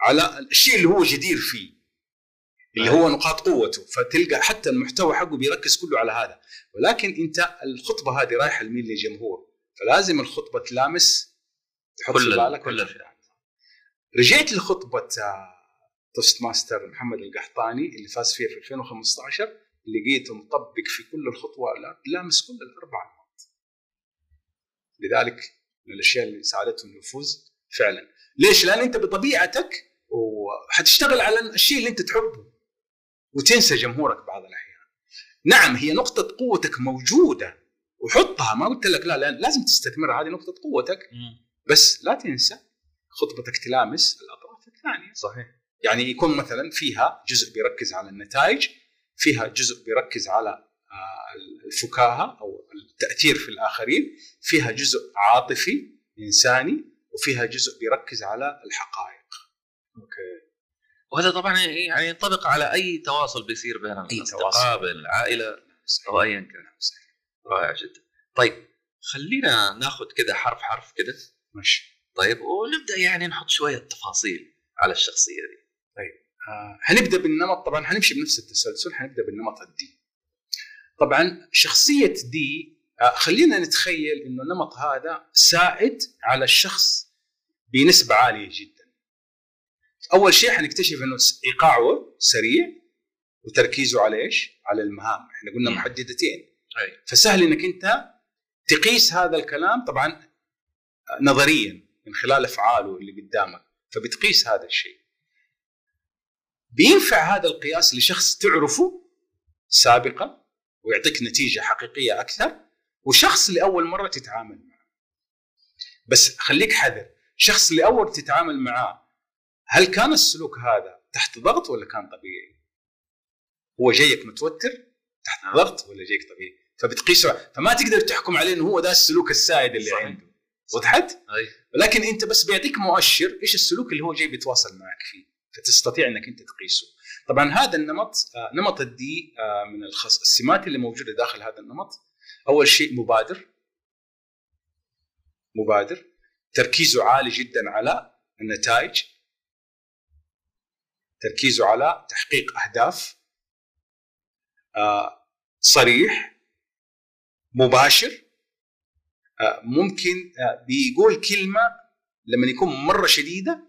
على الشيء اللي هو جدير فيه اللي هو نقاط قوته فتلقى حتى المحتوى حقه بيركز كله على هذا ولكن انت الخطبه هذه رايحه لمين للجمهور فلازم الخطبه تلامس تحط في
كل ال-
بالك
كل
الفئة. رجعت لخطبه آه، توست ماستر محمد القحطاني اللي فاز فيها في 2015 لقيته مطبق في كل الخطوه لا- لامس كل الاربع نقاط لذلك من الاشياء اللي ساعدته انه يفوز فعلا ليش؟ لان انت بطبيعتك وحتشتغل على الشيء اللي انت تحبه وتنسى جمهورك بعض الاحيان نعم هي نقطه قوتك موجوده وحطها ما قلت لك لا لأن لازم تستثمرها هذه نقطه قوتك
مم.
بس لا تنسى خطبتك تلامس الاطراف الثانيه
صحيح
يعني يكون مثلا فيها جزء بيركز على النتائج فيها جزء بيركز على آه، الفكاهه او التاثير في الاخرين فيها جزء عاطفي انساني وفيها جزء بيركز على الحقائق
وهذا طبعا يعني ينطبق على اي تواصل بيصير بين الاصدقاء
تواصل.
بين العائله
صحيح.
او ايا كان رائع جدا طيب خلينا ناخذ كذا حرف حرف كذا
ماشي
طيب ونبدا يعني نحط شويه تفاصيل على الشخصيه دي
آه، هنبدا بالنمط طبعا هنمشي بنفس التسلسل هنبدا بالنمط الدي طبعا شخصيه دي آه، خلينا نتخيل انه النمط هذا ساعد على الشخص بنسبه عاليه جدا اول شيء حنكتشف انه س- ايقاعه سريع وتركيزه على ايش على المهام احنا قلنا
مم.
محددتين
أي.
فسهل انك انت تقيس هذا الكلام طبعا آه، نظريا من خلال افعاله اللي قدامك فبتقيس هذا الشيء بينفع هذا القياس لشخص تعرفه سابقا ويعطيك نتيجه حقيقيه اكثر وشخص لاول مره تتعامل معه بس خليك حذر شخص لاول تتعامل معاه هل كان السلوك هذا تحت ضغط ولا كان طبيعي هو جايك متوتر تحت ضغط ولا جايك طبيعي فبتقيسه فما تقدر تحكم عليه انه هو ده السلوك السائد اللي
صحيح.
عنده وضحت؟
أي.
ولكن انت بس بيعطيك مؤشر ايش السلوك اللي هو جاي بيتواصل معك فيه فتستطيع انك انت تقيسه طبعا هذا النمط آه، نمط الدي آه، من الخص... السمات اللي موجوده داخل هذا النمط اول شيء مبادر مبادر تركيزه عالي جدا على النتائج تركيزه على تحقيق اهداف آه، صريح مباشر آه، ممكن آه، بيقول كلمه لما يكون مره شديده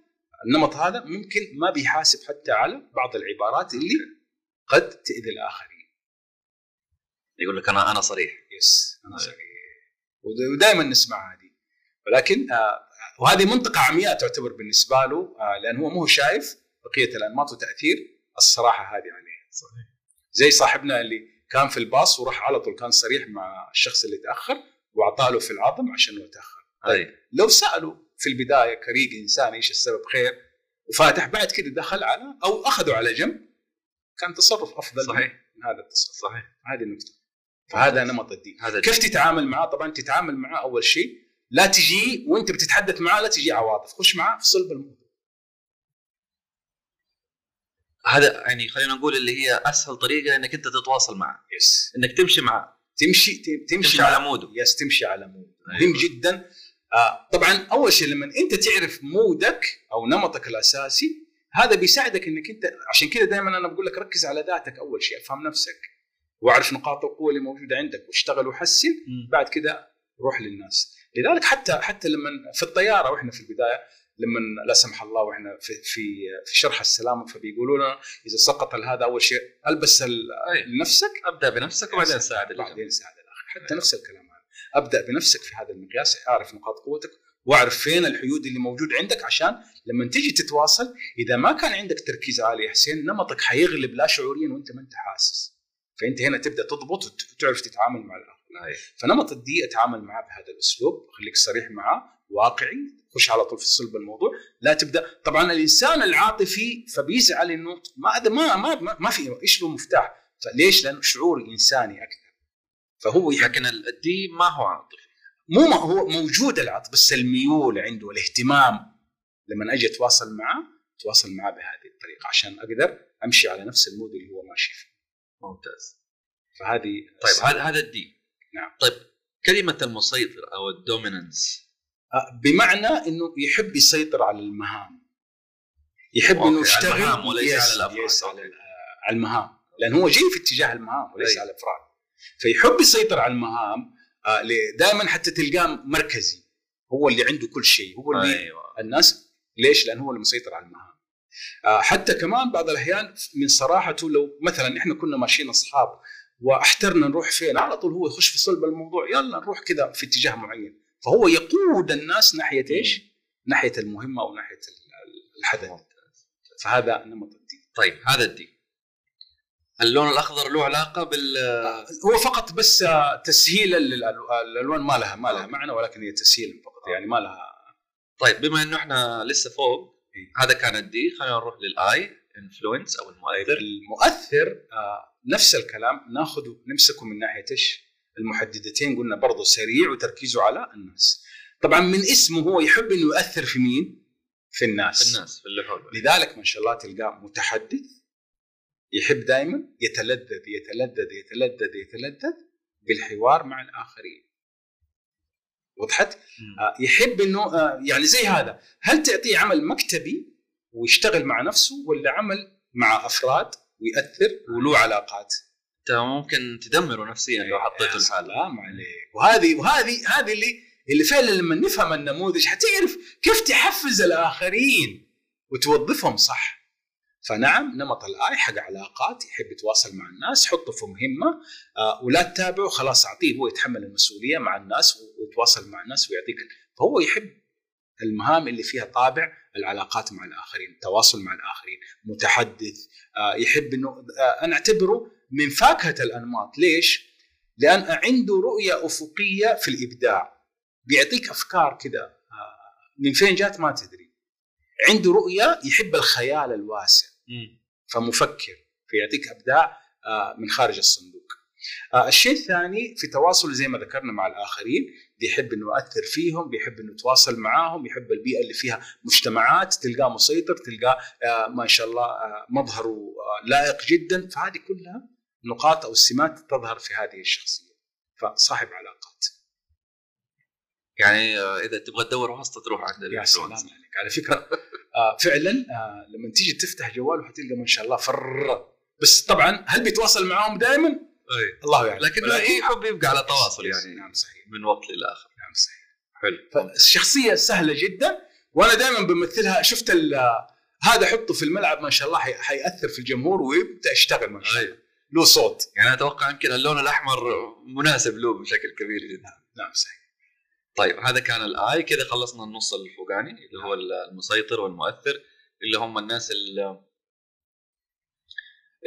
النمط هذا ممكن ما بيحاسب حتى على بعض العبارات اللي قد تاذي الاخرين
يقول لك انا انا صريح
يس انا صريح ودائما نسمعها هذه ولكن آه، وهذه منطقه عمياء تعتبر بالنسبه له آه، لان هو مو شايف بقيه الانماط وتاثير الصراحه هذه عليه صحيح زي صاحبنا اللي كان في الباص وراح على طول كان صريح مع الشخص اللي تاخر واعطاه له في العظم عشان هو تاخر
اي
لو سالوا في البدايه كريق انسان ايش السبب خير وفاتح بعد كده دخل على او اخذوا على جنب كان تصرف افضل
صحيح.
من هذا التصرف
صحيح
هذه النقطه فهذا نمط الدين
هذا
كيف تتعامل معاه طبعا تتعامل معاه اول شيء لا تجي وانت بتتحدث معاه لا تجي عواطف خش معاه في صلب الموضوع
هذا يعني خلينا نقول اللي هي اسهل طريقه انك انت تتواصل معه
يس
انك تمشي معه
تمشي تمشي,
تمشي
معاه.
على موده
يس تمشي على مود
أيوة.
مهم جدا آه طبعا اول شيء لما انت تعرف مودك او نمطك الاساسي هذا بيساعدك انك انت عشان كذا دائما انا بقول لك ركز على ذاتك اول شيء افهم نفسك واعرف نقاط القوه اللي موجوده عندك واشتغل وحسن بعد كده روح للناس لذلك حتى حتى لما في الطياره واحنا في البدايه لما لا سمح الله واحنا في في في شرح السلامه فبيقولوا لنا اذا سقط هذا اول شيء البس ال-
أي.
لنفسك
ابدا بنفسك وبعدين ساعد اللي جنبك.
بعدين ساعد الاخر حتى نفس الكلام هذا ابدا بنفسك في هذا المقياس اعرف نقاط قوتك واعرف فين الحيود اللي موجود عندك عشان لما تيجي تتواصل اذا ما كان عندك تركيز عالي يا حسين نمطك حيغلب لا شعوريا وانت ما انت حاسس فانت هنا تبدا تضبط وت- وتعرف تتعامل مع الاخر
أي.
فنمط الدي اتعامل معاه بهذا الاسلوب خليك صريح معاه واقعي خش على طول في صلب الموضوع لا تبدا طبعا الانسان العاطفي فبيزعل انه ما هذا ما ما ما- ما في ايش له مفتاح فليش؟ لانه شعور انساني اكثر فهو يح-
لكن ال- الدي ما هو عاطفي
مو ما هو موجود العاطفه بس الميول عنده الاهتمام لما اجي اتواصل معاه اتواصل معاه بهذه الطريقه عشان اقدر امشي على نفس المود اللي هو ماشي فيه
ممتاز
فهذه
طيب هذا هذا الدي
نعم.
طيب كلمه المسيطر او الدوميننس
آه، بمعنى انه يحب يسيطر على المهام يحب
أوكي،
انه
على
يشتغل
المهام وليس
يس-
على الأفراد.
يس، على,
أوكي.
آه، على المهام لان هو جاي في اتجاه المهام وليس
أي.
على الافراد فيحب يسيطر على المهام دائما حتى تلقاه مركزي هو اللي عنده كل شيء هو اللي
ايوه
الناس ليش؟ لانه هو اللي مسيطر على المهام. آه، حتى كمان بعض الاحيان من صراحته لو مثلا احنا كنا ماشيين اصحاب واحترنا نروح فين على طول هو يخش في صلب الموضوع يلا نروح كذا في اتجاه معين فهو يقود الناس ناحيه ايش؟ ناحيه المهمه او ناحيه ال- الحدث فهذا نمط الدين
طيب هذا الدي اللون الاخضر له علاقه بال
هو فقط بس آه، تسهيلا للالوان ما لها ما لها معنى ولكن هي تسهيل
آه.
فقط يعني ما لها
طيب بما انه احنا لسه فوق
إيه.
هذا كان الدي خلينا نروح للاي انفلونس او المؤثر
المؤثر آه، نفس الكلام ناخذه نمسكه من ناحيه ايش؟ المحددتين قلنا برضه سريع وتركيزه على الناس. طبعا من اسمه هو يحب انه يؤثر في مين؟ في الناس.
في الناس في اللي حوله
لذلك ما شاء الله تلقاه متحدث يحب دائما يتلذذ يتلذذ يتلذذ يتلذذ بالحوار مع الاخرين. وضحت؟ آه، يحب انه آه، يعني زي هذا هل تعطيه عمل مكتبي ويشتغل مع نفسه ولا عمل مع افراد ويأثر وله علاقات؟
انت ممكن تدمره نفسيا لو
إيه.
حطيته لحاله
إيه، سلام عليك وهذه وهذه هذه اللي اللي فعلا لما نفهم النموذج حتعرف كيف تحفز الاخرين وتوظفهم صح فنعم نمط الاي حق علاقات يحب يتواصل مع الناس حطه في مهمه آه، ولا تتابعه خلاص اعطيه هو يتحمل المسؤوليه مع الناس ويتواصل مع الناس ويعطيك فهو يحب المهام اللي فيها طابع العلاقات مع الاخرين، التواصل مع الاخرين، متحدث، آه، يحب انه آه، انا اعتبره من فاكهه الانماط، ليش؟ لان عنده رؤيه افقيه في الابداع، بيعطيك افكار كذا آه، من فين جات ما تدري. عنده رؤيه يحب الخيال الواسع، فمفكر فيعطيك ابداع آه، من خارج الصندوق. آه، الشيء الثاني في تواصل زي ما ذكرنا مع الاخرين بيحب انه ياثر فيهم، بيحب انه يتواصل معاهم، يحب البيئه اللي فيها مجتمعات، تلقاه مسيطر، تلقاه آه، ما شاء الله آه، مظهره آه، لائق جدا، فهذه كلها نقاط او سمات تظهر في هذه الشخصيه. فصاحب علاقات.
يعني آه، اذا تبغى تدور واسطه تروح عند
يا سلام
الانفلونسر
عليك، على فكره آه، فعلا آه، لما تيجي تفتح جواله حتلقى ما شاء الله فر بس طبعا هل بيتواصل معاهم دائما؟
إيه.
الله يعلم
لكن إيه، يحب يبقى على تواصل يعني
نعم صحيح
من وقت للاخر
نعم صحيح
حلو
فالشخصيه سهله جدا وانا دائما بمثلها شفت ال- هذا حطه في الملعب ما شاء الله حي- حياثر في الجمهور ويبدا يشتغل ما شاء الله
أيوة.
له صوت
يعني اتوقع يمكن اللون الاحمر مناسب له بشكل كبير جدا
نعم صحيح
طيب هذا كان الاي كذا خلصنا النص الفوقاني اللي هو المسيطر والمؤثر اللي هم الناس اللي,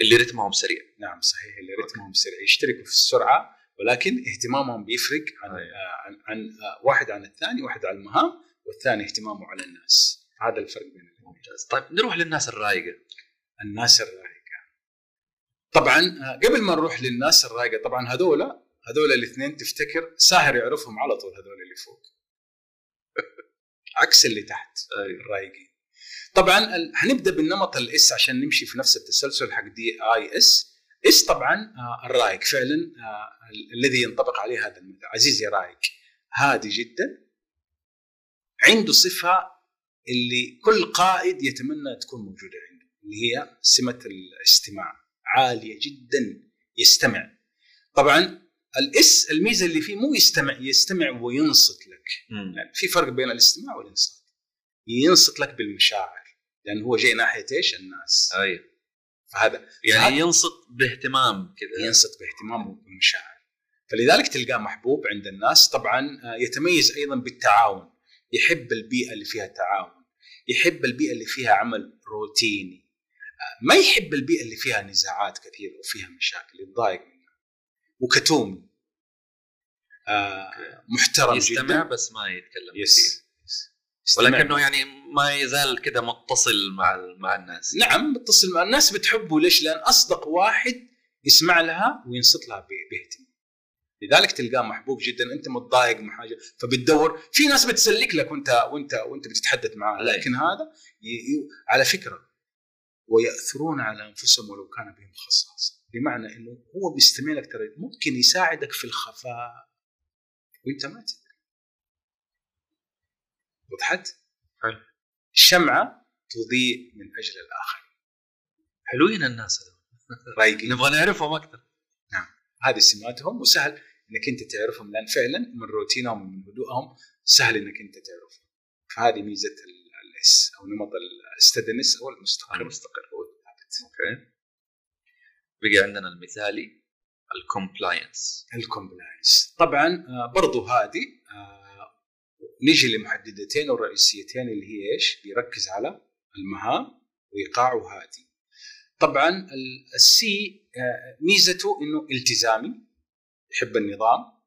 اللي رتمهم سريع
نعم صحيح اللي رتمهم سريع يشتركوا في السرعه ولكن اهتمامهم بيفرق عن
أيوة.
آه، عن, عن آه، واحد عن الثاني واحد على المهام والثاني اهتمامه على الناس هذا الفرق بين الاثنين
ممتاز طيب نروح للناس الرايقه
الناس الرايقه طبعا آه، قبل ما نروح للناس الرايقه طبعا هذولا هذولا الاثنين تفتكر ساهر يعرفهم على طول هذول اللي فوق عكس اللي تحت
أيوة.
الرايقين طبعا ال- حنبدا بالنمط الاس عشان نمشي في نفس التسلسل حق دي اي اس اس طبعا آه، الرايق فعلا آه، ال- الذي ينطبق عليه هذا المثل عزيزي رايق هادي جدا عنده صفه اللي كل قائد يتمنى تكون موجوده عنده اللي هي سمه الاستماع عاليه جدا يستمع طبعا الاس الميزه اللي فيه مو يستمع يستمع وينصت لك يعني في فرق بين الاستماع والانصات ينصت لك بالمشاعر لان هو جاي ناحيه ايش الناس
ايوه
فهذا
يعني ينصت باهتمام كذا
ينصت باهتمامه بالمشاعر فلذلك تلقاه محبوب عند الناس طبعا آه، يتميز ايضا بالتعاون يحب البيئه اللي فيها تعاون يحب البيئه اللي فيها عمل روتيني آه، ما يحب البيئه اللي فيها نزاعات كثير وفيها مشاكل يتضايق منها وكتوم آه، محترم
يستمع
جدا
بس ما يتكلم كثير
يس يس. يستمع.
ولكنه يعني ما يزال كذا متصل مع مع الناس
نعم بتصل مع الناس بتحبه ليش؟ لان اصدق واحد يسمع لها وينصت لها ب- باهتمام. لذلك تلقاه محبوب جدا انت متضايق من حاجه فبتدور في ناس بتسلك لك وانت وانت وانت بتتحدث معاه
أي.
لكن هذا ي... ي... على فكره ويأثرون على انفسهم ولو كان بهم خصاصه بمعنى انه هو بيستمع لك ترى ممكن يساعدك في الخفاء وانت ما تدري وضحت؟
حلو.
الشمعه تضيء من اجل الاخر
حلوين الناس هذول.
رايقين
نبغى نعرفهم اكثر
هذه سماتهم وسهل انك انت تعرفهم لان فعلا من روتينهم ومن هدوءهم سهل انك انت تعرفهم فهذه ميزه الاس او نمط الاستدنس او المستقر
المستقر هو الثابت اوكي بقي عندنا المثالي الكومبلاينس
الكومبلاينس طبعا آه، برضو هذه آه، نيجي لمحددتين الرئيسيتين اللي هي ايش؟ بيركز على المهام وايقاع وهادي طبعا السي آه، ميزته انه التزامي يحب النظام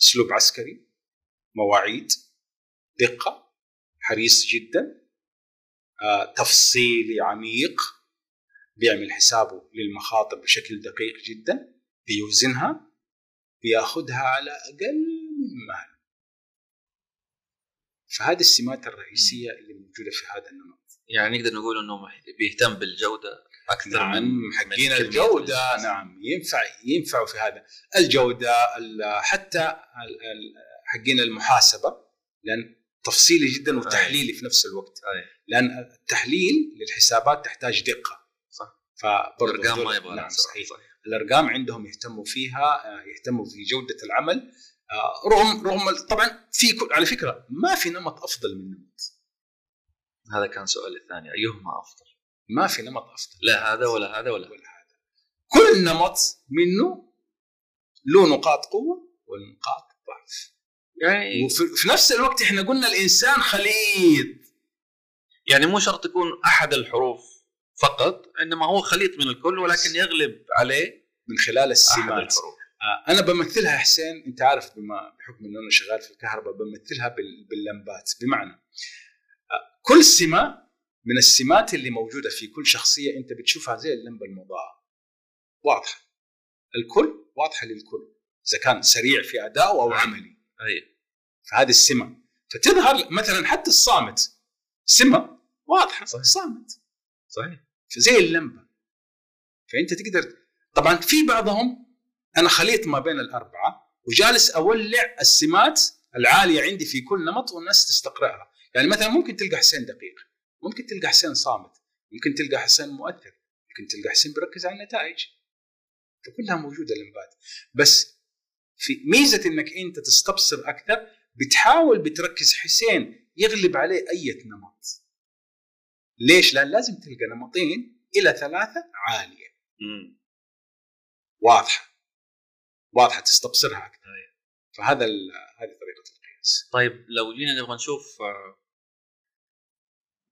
اسلوب عسكري مواعيد دقه حريص جدا آه، تفصيلي عميق بيعمل حسابه للمخاطر بشكل دقيق جدا بيوزنها بياخذها على اقل من مهله. فهذه السمات الرئيسيه اللي موجوده في هذا النمط.
يعني نقدر نقول انه مح- بيهتم بالجوده اكثر من
نعم حقين نعم،
من كمية
الجوده
الناس.
نعم ينفع ينفعوا في هذا الجوده ال- حتى ال- ال- حقين المحاسبه لان تفصيلي جدا وتحليلي في نفس الوقت
أي.
لان التحليل للحسابات تحتاج دقه
صح.
فبرضه
الارقام ما
دول-
يبغى لها
نعم
بصراحة.
صحيح الارقام عندهم يهتموا فيها آه، يهتموا في جوده العمل آه، رغم رغم طبعا في كل- على فكره ما في نمط افضل من نمط
هذا كان سؤالي الثاني ايهما افضل؟
ما في نمط افضل
لا هذا ولا هذا ولا هذا.
ولا هذا كل نمط منه له نقاط قوه ونقاط ضعف
إيه.
يعني
وفي في نفس الوقت احنا قلنا الانسان خليط
يعني مو شرط يكون احد الحروف فقط انما هو خليط من الكل ولكن يغلب عليه
من خلال
احد
السمات
الحروف
آه، انا بمثلها يا حسين انت عارف بما بحكم انه انا شغال في الكهرباء بمثلها بال- باللمبات بمعنى آه، كل سمه من السمات اللي موجوده في كل شخصيه انت بتشوفها زي اللمبه المضاءه واضحه الكل واضحه للكل اذا كان سريع في ادائه او عملي
أي.
فهذه السمه فتظهر مثلا حتى الصامت سمه واضحه
صحيح.
صامت
صحيح
فزي اللمبه فانت تقدر طبعا في بعضهم انا خليط ما بين الاربعه وجالس اولع السمات العاليه عندي في كل نمط والناس تستقرأها يعني مثلا ممكن تلقى حسين دقيق ممكن تلقى حسين صامت ممكن تلقى حسين مؤثر ممكن تلقى حسين بيركز على النتائج فكلها موجوده اللمبات بس في ميزه انك انت تستبصر اكثر بتحاول بتركز حسين يغلب عليه اي نمط ليش؟ لان لازم تلقى نمطين الى ثلاثه عاليه
مم.
واضحه واضحه تستبصرها اكثر فهذا ال- هذه طريقه القياس
طيب لو جينا نبغى نشوف آه،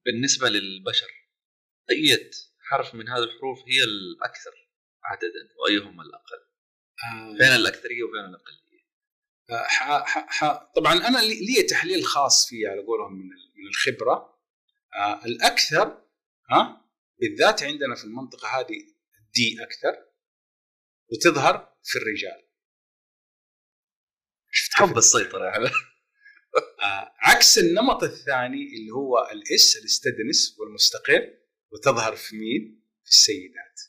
بالنسبه للبشر اية حرف من هذه الحروف هي الاكثر عددا وايهما الاقل فين الاكثريه وفين الاقليه
آه، ح- ح- ح- طبعا انا لي لي تحليل خاص فيه على قولهم من ال- من الخبره آه، الاكثر ها بالذات عندنا في المنطقه هذه دي اكثر وتظهر في الرجال شفت كيف
حب السيطره على
آه، عكس النمط الثاني اللي هو الاس الاستدنس والمستقر وتظهر في مين؟ في السيدات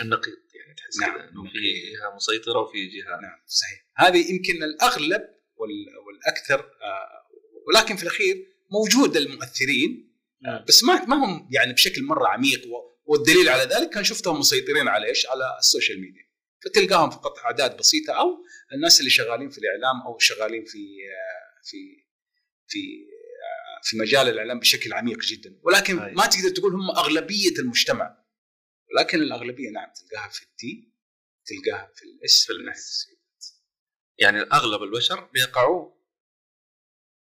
النقيض يعني تحس
نعم.
كذا انه في جهه مسيطره وفي جهه
نعم صحيح هذه يمكن الاغلب وال- والاكثر آه، ولكن في الاخير موجود المؤثرين آه،
نعم.
بس ما ما هم يعني بشكل مره عميق و- والدليل على ذلك كان شفتهم مسيطرين على ايش؟ على السوشيال ميديا فتلقاهم فقط اعداد بسيطه او الناس اللي شغالين في الاعلام او شغالين في آه، في في آه، في مجال الاعلام بشكل عميق جدا ولكن
أي.
ما تقدر تقول هم اغلبيه المجتمع ولكن الاغلبيه نعم تلقاها في الدي تلقاها في الاس في الاس
يعني اغلب البشر بيقعوا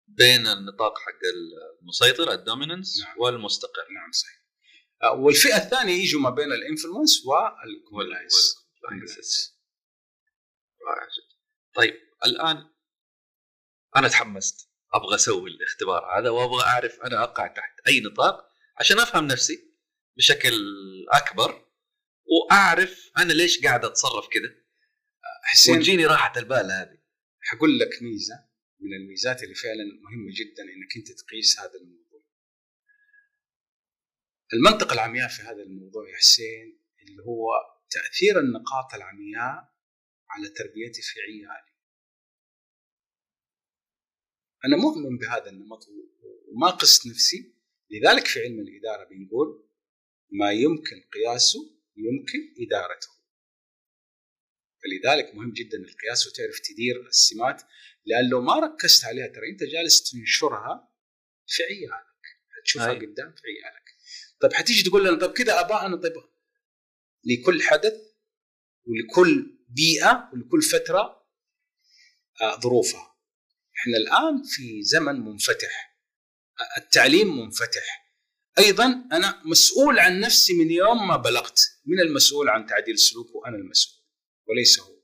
بين النطاق حق المسيطر الدوميننس
نعم.
والمستقر
نعم صحيح آه، والفئه الثانيه يجوا ما بين الانفلونس والكولايز
والcompliance. رائع جدا طيب الان انا تحمست ابغى اسوي الاختبار هذا وابغى اعرف انا اقع تحت اي نطاق عشان افهم نفسي بشكل اكبر واعرف انا ليش قاعد اتصرف كذا
حسين
وتجيني راحه البال هذه
حقول لك ميزه من الميزات اللي فعلا مهمه جدا انك انت تقيس هذا الموضوع. المنطقه العمياء في هذا الموضوع يا حسين اللي هو تاثير النقاط العمياء على تربيتي في عيالي. انا مؤمن بهذا النمط وما قست نفسي لذلك في علم الاداره بنقول ما يمكن قياسه يمكن ادارته. فلذلك مهم جدا القياس وتعرف تدير السمات لان لو ما ركزت عليها ترى انت جالس تنشرها في عيالك حتشوفها
أي.
قدام في عيالك طيب حتيجي تقول لنا طيب كذا ابا انا طيب لكل حدث ولكل بيئه ولكل فتره آه، ظروفها احنا الان في زمن منفتح آه، التعليم منفتح ايضا انا مسؤول عن نفسي من يوم ما بلغت من المسؤول عن تعديل سلوك وانا المسؤول وليس هو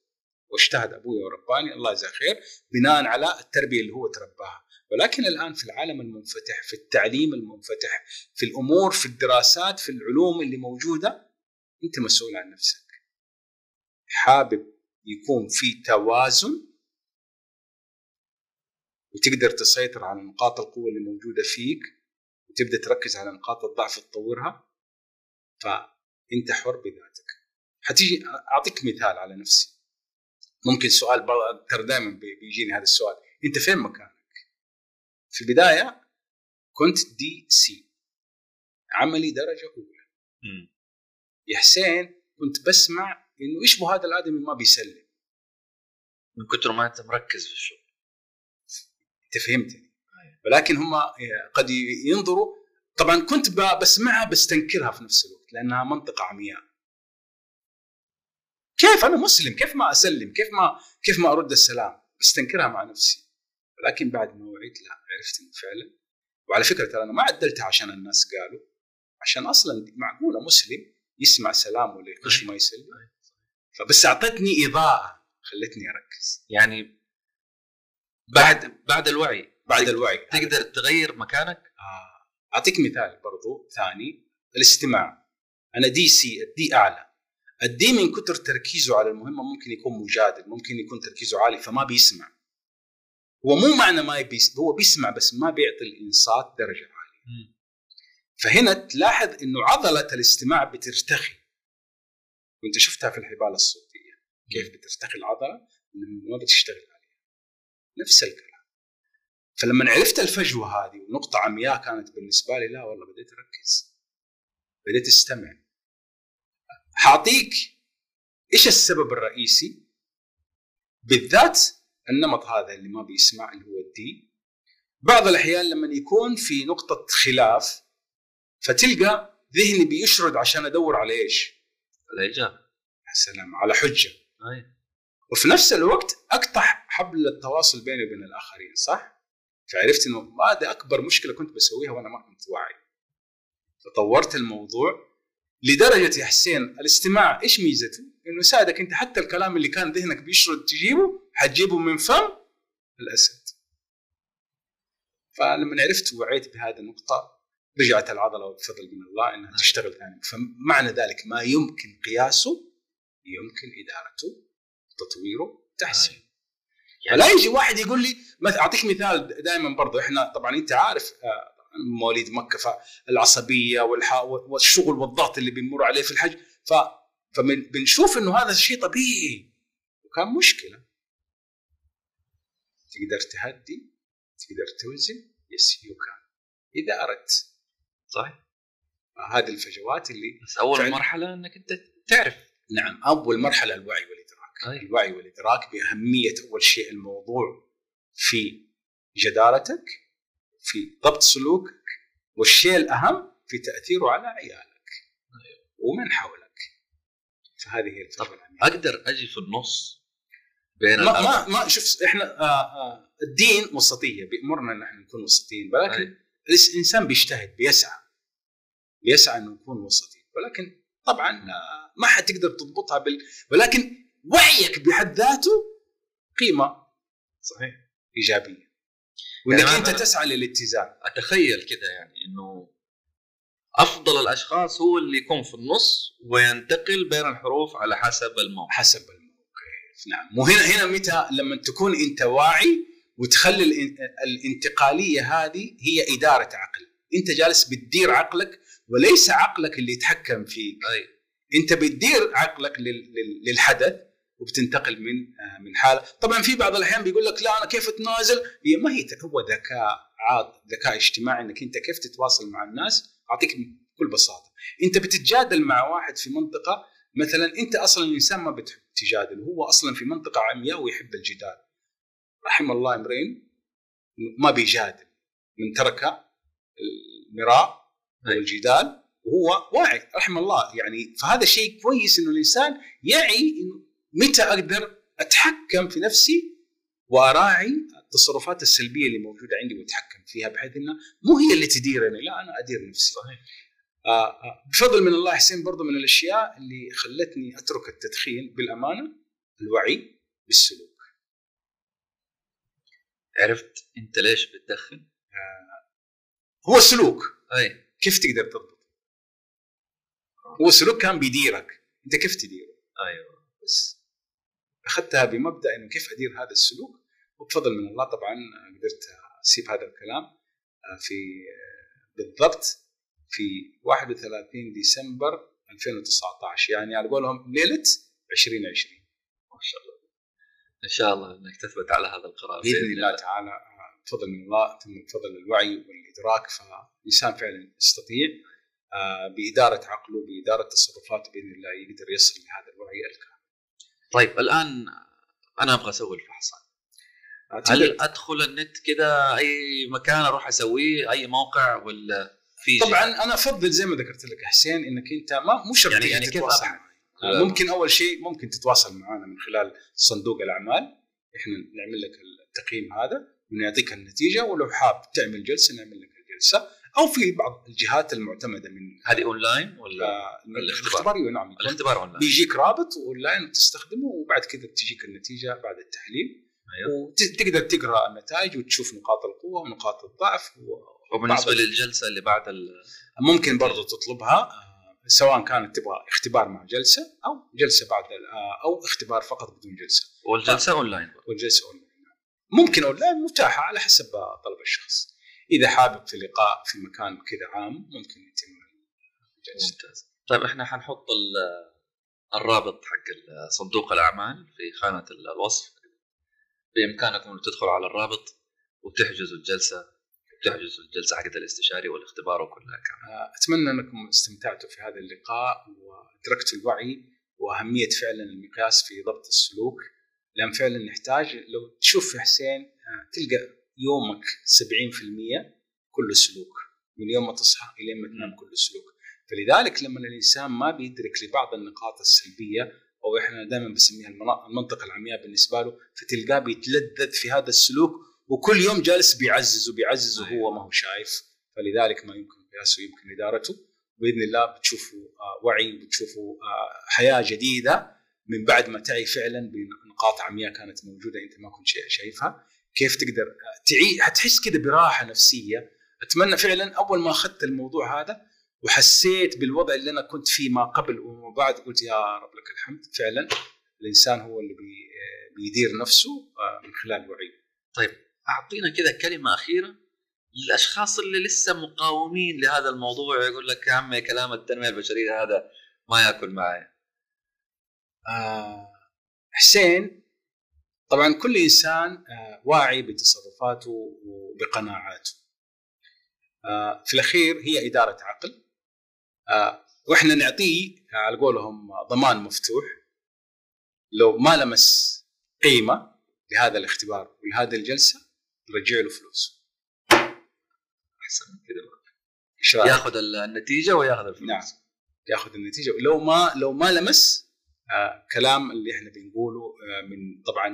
واجتهد ابوي ورباني الله يجزاه خير بناء على التربيه اللي هو ترباها ولكن الان في العالم المنفتح في التعليم المنفتح في الامور في الدراسات في العلوم اللي موجوده انت مسؤول عن نفسك حابب يكون في توازن وتقدر تسيطر على نقاط القوه اللي موجوده فيك وتبدا تركز على نقاط الضعف وتطورها فانت حر بذاتك حتيجي اعطيك مثال على نفسي ممكن سؤال برا- ترى دائما بيجيني هذا السؤال انت فين مكانك؟ في البدايه كنت دي سي عملي درجه اولى
مم.
يا حسين كنت بسمع انه يشبه هذا الادمي ما بيسلم
من كثر ما انت مركز في الشغل
انت فهمتني ولكن هم قد ينظروا طبعا كنت ب- بسمعها بستنكرها في نفس الوقت لانها منطقه عمياء كيف انا مسلم كيف ما اسلم كيف ما كيف ما ارد السلام بستنكرها مع نفسي ولكن بعد ما وعيت لا عرفت انه فعلا وعلى فكره ترى انا ما عدلتها عشان الناس قالوا عشان اصلا معقوله مسلم يسمع سلام ولا يخش ما يسلم فبس اعطتني اضاءه خلتني اركز
يعني بعد بعد الوعي
بعد الوعي
تقدر تغير مكانك
آه، اعطيك مثال برضو ثاني الاستماع انا دي سي الدي اعلى الدي من كثر تركيزه على المهمه ممكن يكون مجادل ممكن يكون تركيزه عالي فما بيسمع هو مو معنى ما بيس هو بيسمع بس ما بيعطي الانصات درجه عاليه فهنا تلاحظ انه عضله الاستماع بترتخي وانت شفتها في الحبال الصوتيه كيف بترتخي العضله لما ما بتشتغل عليها نفس الكلام فلما عرفت الفجوه هذه ونقطه عمياء كانت بالنسبه لي لا والله بديت اركز بديت استمع حاعطيك ايش السبب الرئيسي بالذات النمط هذا اللي ما بيسمع اللي هو الدي بعض الاحيان لما يكون في نقطه خلاف فتلقى ذهني بيشرد عشان ادور على ايش؟
الاجابه
يا سلام على حجه
أي.
وفي نفس الوقت اقطع حبل التواصل بيني وبين الاخرين صح؟ فعرفت انه هذا اكبر مشكله كنت بسويها وانا ما كنت واعي. فطورت الموضوع لدرجه يا حسين الاستماع ايش ميزته؟ انه يساعدك انت حتى الكلام اللي كان ذهنك بيشرد تجيبه حتجيبه من فم الاسد. فلما عرفت ووعيت بهذه النقطه رجعت العضله بفضل من الله انها تشتغل ثاني فمعنى ذلك ما يمكن قياسه يمكن ادارته تطويره تحسين
يعني-
لا يجي واحد يقول لي مثلا اعطيك مثال دائما برضه احنا طبعا انت عارف آه، مواليد مكه فالعصبيه والح... والشغل والضغط اللي بنمر عليه في الحج ف... فبنشوف انه هذا شيء طبيعي وكان مشكله تقدر تهدي تقدر توزن يس يو كان اذا اردت
صحيح.
هذه الفجوات اللي
بس اول
فعلا.
مرحله انك انت تعرف
نعم اول مرحله الوعي والادراك
أي.
الوعي والادراك باهميه اول شيء الموضوع في جدارتك في ضبط سلوكك والشيء الاهم في تاثيره على عيالك ومن حولك فهذه هي الفكره العامة.
اقدر اجي في النص بين
ما
الأربعة.
ما ما شوف احنا آه آه الدين وسطيه بيامرنا ان احنا نكون وسطيين ولكن
أي.
الإس- الانسان بيجتهد بيسعى بيسعى انه يكون وسطي ولكن طبعا آه، ما حتقدر تضبطها بال... ولكن وعيك بحد ذاته قيمه
صحيح
ايجابيه وانك
يعني
انت
مثلاً-
تسعى للاتزان
اتخيل كذا يعني انه افضل الاشخاص هو اللي يكون في النص وينتقل بين الحروف على حسب الموقع
حسب الموقف نعم وهنا هنا متى لما تكون انت واعي وتخلي الان- الانتقاليه هذه هي اداره عقل انت جالس بتدير عقلك وليس عقلك اللي يتحكم فيك
اي
انت بتدير عقلك لل- لل- للحدث وبتنتقل من آه، من حاله طبعا في بعض الاحيان بيقول لك لا انا كيف اتنازل هي ما هي ت- هو ذكاء عاط ذكاء اجتماعي انك انت كيف تتواصل مع الناس اعطيك بكل بساطه انت بتتجادل مع واحد في منطقه مثلا انت اصلا الانسان ما بتحب تجادل هو اصلا في منطقه عمياء ويحب الجدال رحم الله امرئ ما بيجادل من ترك المراء
أي.
والجدال وهو واعي رحم الله يعني فهذا شيء كويس انه الانسان يعي انه متى اقدر اتحكم في نفسي واراعي التصرفات السلبيه اللي موجوده عندي واتحكم فيها بحيث انها مو هي اللي تديرني لا انا ادير نفسي
صحيح.
آه، آه، بفضل من الله حسين برضو من الاشياء اللي خلتني اترك التدخين بالامانه الوعي بالسلوك
عرفت انت ليش بتدخن
هو سلوك
اي
كيف تقدر تضبطه هو سلوك كان بيديرك انت كيف تديره
ايوه
بس اخذتها بمبدا انه كيف ادير هذا السلوك وبفضل من الله طبعا قدرت اسيب هذا الكلام آه، في آه، بالضبط في 31 ديسمبر 2019 يعني على قولهم ليله 2020
ما شاء الله
ان شاء الله انك تثبت على هذا القرار
باذن الله تعالى آه، بفضل من الله ثم بفضل الوعي والادراك فالانسان فعلا يستطيع آه، باداره عقله باداره تصرفاته باذن الله يقدر يصل لهذا الوعي الكامل.
طيب الان انا ابغى اسوي الفحص هذا.
هل
هل ادخل النت كذا اي مكان اروح اسويه اي موقع ولا في
طبعا انا افضل زي ما ذكرت لك يا حسين انك انت ما مو شرط
يعني-
إنك
يعني كيف
تتواصل
أبحث؟
معنا. آه، ممكن اول شيء ممكن تتواصل معنا من خلال صندوق الاعمال احنا نعمل لك التقييم هذا ونعطيك النتيجه ولو حاب تعمل جلسه نعمل لك الجلسه او في بعض الجهات المعتمده من
هذه اونلاين ولا
آه، من
الاختبار.
الاختبار أيوة، نعم يكون
الاختبار اونلاين
بيجيك رابط اونلاين تستخدمه وبعد كذا بتجيك النتيجه بعد التحليل
أيوه.
وتقدر تقرا النتائج وتشوف نقاط القوه ونقاط الضعف و-
وبالنسبه
بعض-
للجلسه اللي بعد ال...
ممكن برضو تطلبها آه، سواء كانت تبغى اختبار مع جلسه او جلسه بعد ال- آه، او اختبار فقط بدون جلسه
والجلسه اونلاين
والجلسه اونلاين ممكن اونلاين متاحه على حسب آه، طلب الشخص اذا حابب في لقاء في مكان كذا عام ممكن يتم الجلسه
ممتاز طيب احنا حنحط ال- الرابط حق صندوق الاعمال في خانه ال- الوصف بامكانكم انه تدخلوا على الرابط وتحجزوا الجلسه تحجزوا الجلسه حقت الاستشاري والاختبار وكلها كامله
آه، اتمنى انكم استمتعتوا في هذا اللقاء وادركتوا الوعي واهميه فعلا المقياس في ضبط السلوك لان فعلا نحتاج لو تشوف يا حسين آه، تلقى يومك 70% كله سلوك من يوم ما تصحى الى ما تنام كله سلوك فلذلك لما الانسان ما بيدرك لبعض النقاط السلبيه او احنا دائما بنسميها المنا- المنطقه العمياء بالنسبه له فتلقاه بيتلذذ في هذا السلوك وكل يوم جالس بيعزز وبيعزز وهو ما هو شايف فلذلك ما يمكن قياسه يمكن ادارته باذن الله بتشوفوا آه، وعي بتشوفوا آه، حياه جديده من بعد ما تعي فعلا بنقاط عمياء كانت موجوده انت ما كنت شا- شايفها كيف تقدر آه، تعي حتحس كده براحه نفسيه اتمنى فعلا اول ما اخذت الموضوع هذا وحسيت بالوضع اللي انا كنت فيه ما قبل وما بعد قلت يا رب لك الحمد فعلا الانسان هو اللي بي بيدير نفسه آه، من خلال وعيه
اعطينا كذا كلمه اخيره للاشخاص اللي لسه مقاومين لهذا الموضوع يقول لك يا عمي كلام التنميه البشريه هذا ما ياكل معي
آه، حسين طبعا كل انسان آه، واعي بتصرفاته وبقناعاته آه، في الاخير هي اداره عقل آه، واحنا نعطيه آه، على قولهم آه، ضمان مفتوح لو ما لمس قيمه لهذا الاختبار ولهذه الجلسه نرجع له فلوسه
احسن من كذا
ايش رايك؟
ياخذ ال- النتيجه وياخذ الفلوس
طيب. نعم. ياخذ النتيجه لو ما لو ما لمس آه كلام اللي احنا بنقوله آه من طبعا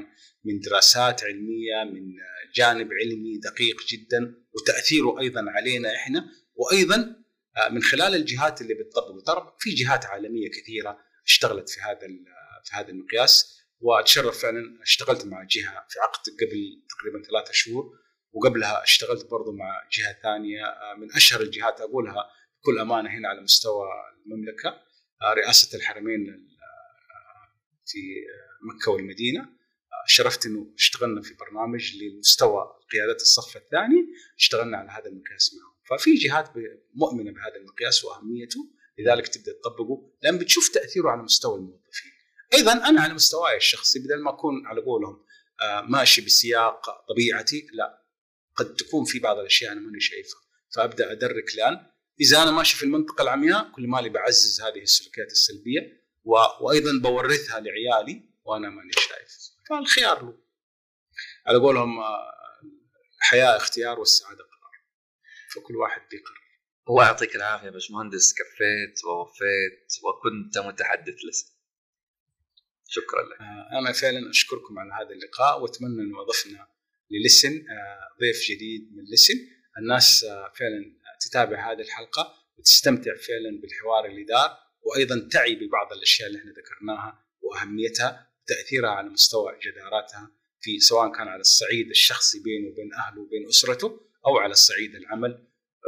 من دراسات علميه من آه، جانب علمي دقيق جدا وتاثيره ايضا علينا احنا وايضا آه من خلال الجهات اللي بتطبق طبعا في جهات عالميه كثيره اشتغلت في هذا ال- آه، في هذا المقياس واتشرف فعلا اشتغلت مع جهه في عقد قبل تقريبا ثلاثة شهور وقبلها اشتغلت برضو مع جهه ثانيه آه، من اشهر الجهات اقولها بكل امانه هنا على مستوى المملكه آه، رئاسه الحرمين ال- آه، في آه، مكه والمدينه آه، شرفت انه اشتغلنا في برنامج لمستوى قيادات الصف الثاني اشتغلنا على هذا المقياس معهم ففي جهات ب- مؤمنه بهذا المقياس واهميته لذلك تبدا تطبقه لان بتشوف تاثيره على مستوى الموظفين ايضا انا على مستواي الشخصي بدل ما اكون على قولهم آه، ماشي بسياق طبيعتي لا قد تكون في بعض الاشياء انا ماني شايفها فابدا ادرك الان اذا انا ماشي في المنطقه العمياء كل مالي بعزز هذه السلوكيات السلبيه و... وايضا بورثها لعيالي وانا ماني شايف فالخيار له على قولهم آه، الحياه اختيار والسعاده قرار فكل واحد بيقرر
الله يعطيك العافيه يا باشمهندس كفيت ووفيت وكنت متحدث لسان شكرا لك
آه، انا فعلا اشكركم على هذا اللقاء واتمنى انه اضفنا للسن آه، ضيف جديد من لسن الناس آه، فعلا تتابع هذه الحلقه وتستمتع فعلا بالحوار اللي دار وايضا تعي ببعض الاشياء اللي احنا ذكرناها واهميتها وتاثيرها على مستوى جداراتها في سواء كان على الصعيد الشخصي بينه وبين اهله وبين اسرته او على الصعيد العمل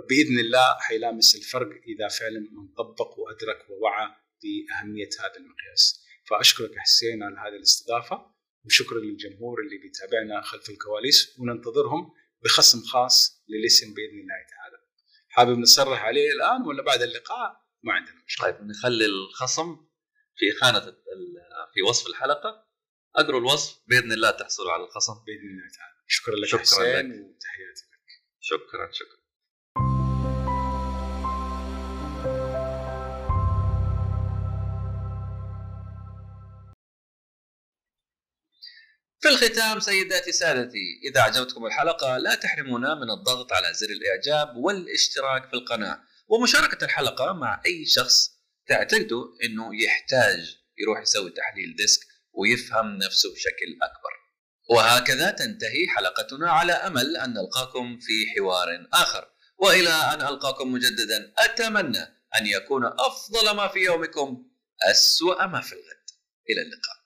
باذن الله حيلامس الفرق اذا فعلا من طبق وادرك ووعى باهميه هذا المقياس. فاشكرك يا حسين على هذه الاستضافه وشكرا للجمهور اللي بيتابعنا خلف الكواليس وننتظرهم بخصم خاص للسن باذن الله تعالى. حابب نصرح عليه الان ولا بعد اللقاء؟ ما عندنا مشكله.
طيب نخلي الخصم في خانه ال- ال- في وصف الحلقه اقروا الوصف باذن الله تحصلوا على الخصم
باذن الله تعالى شكرا لك
شكراً
حسين وتحياتي
شكرا شكرا
في الختام سيداتي سادتي إذا أعجبتكم الحلقة لا تحرمونا من الضغط على زر الإعجاب والاشتراك في القناة ومشاركة الحلقة مع أي شخص تعتقدوا أنه يحتاج يروح يسوي تحليل ديسك ويفهم نفسه بشكل أكبر وهكذا تنتهي حلقتنا على أمل أن نلقاكم في حوار آخر وإلى أن ألقاكم مجددا أتمنى أن يكون أفضل ما في يومكم أسوأ ما في الغد إلى اللقاء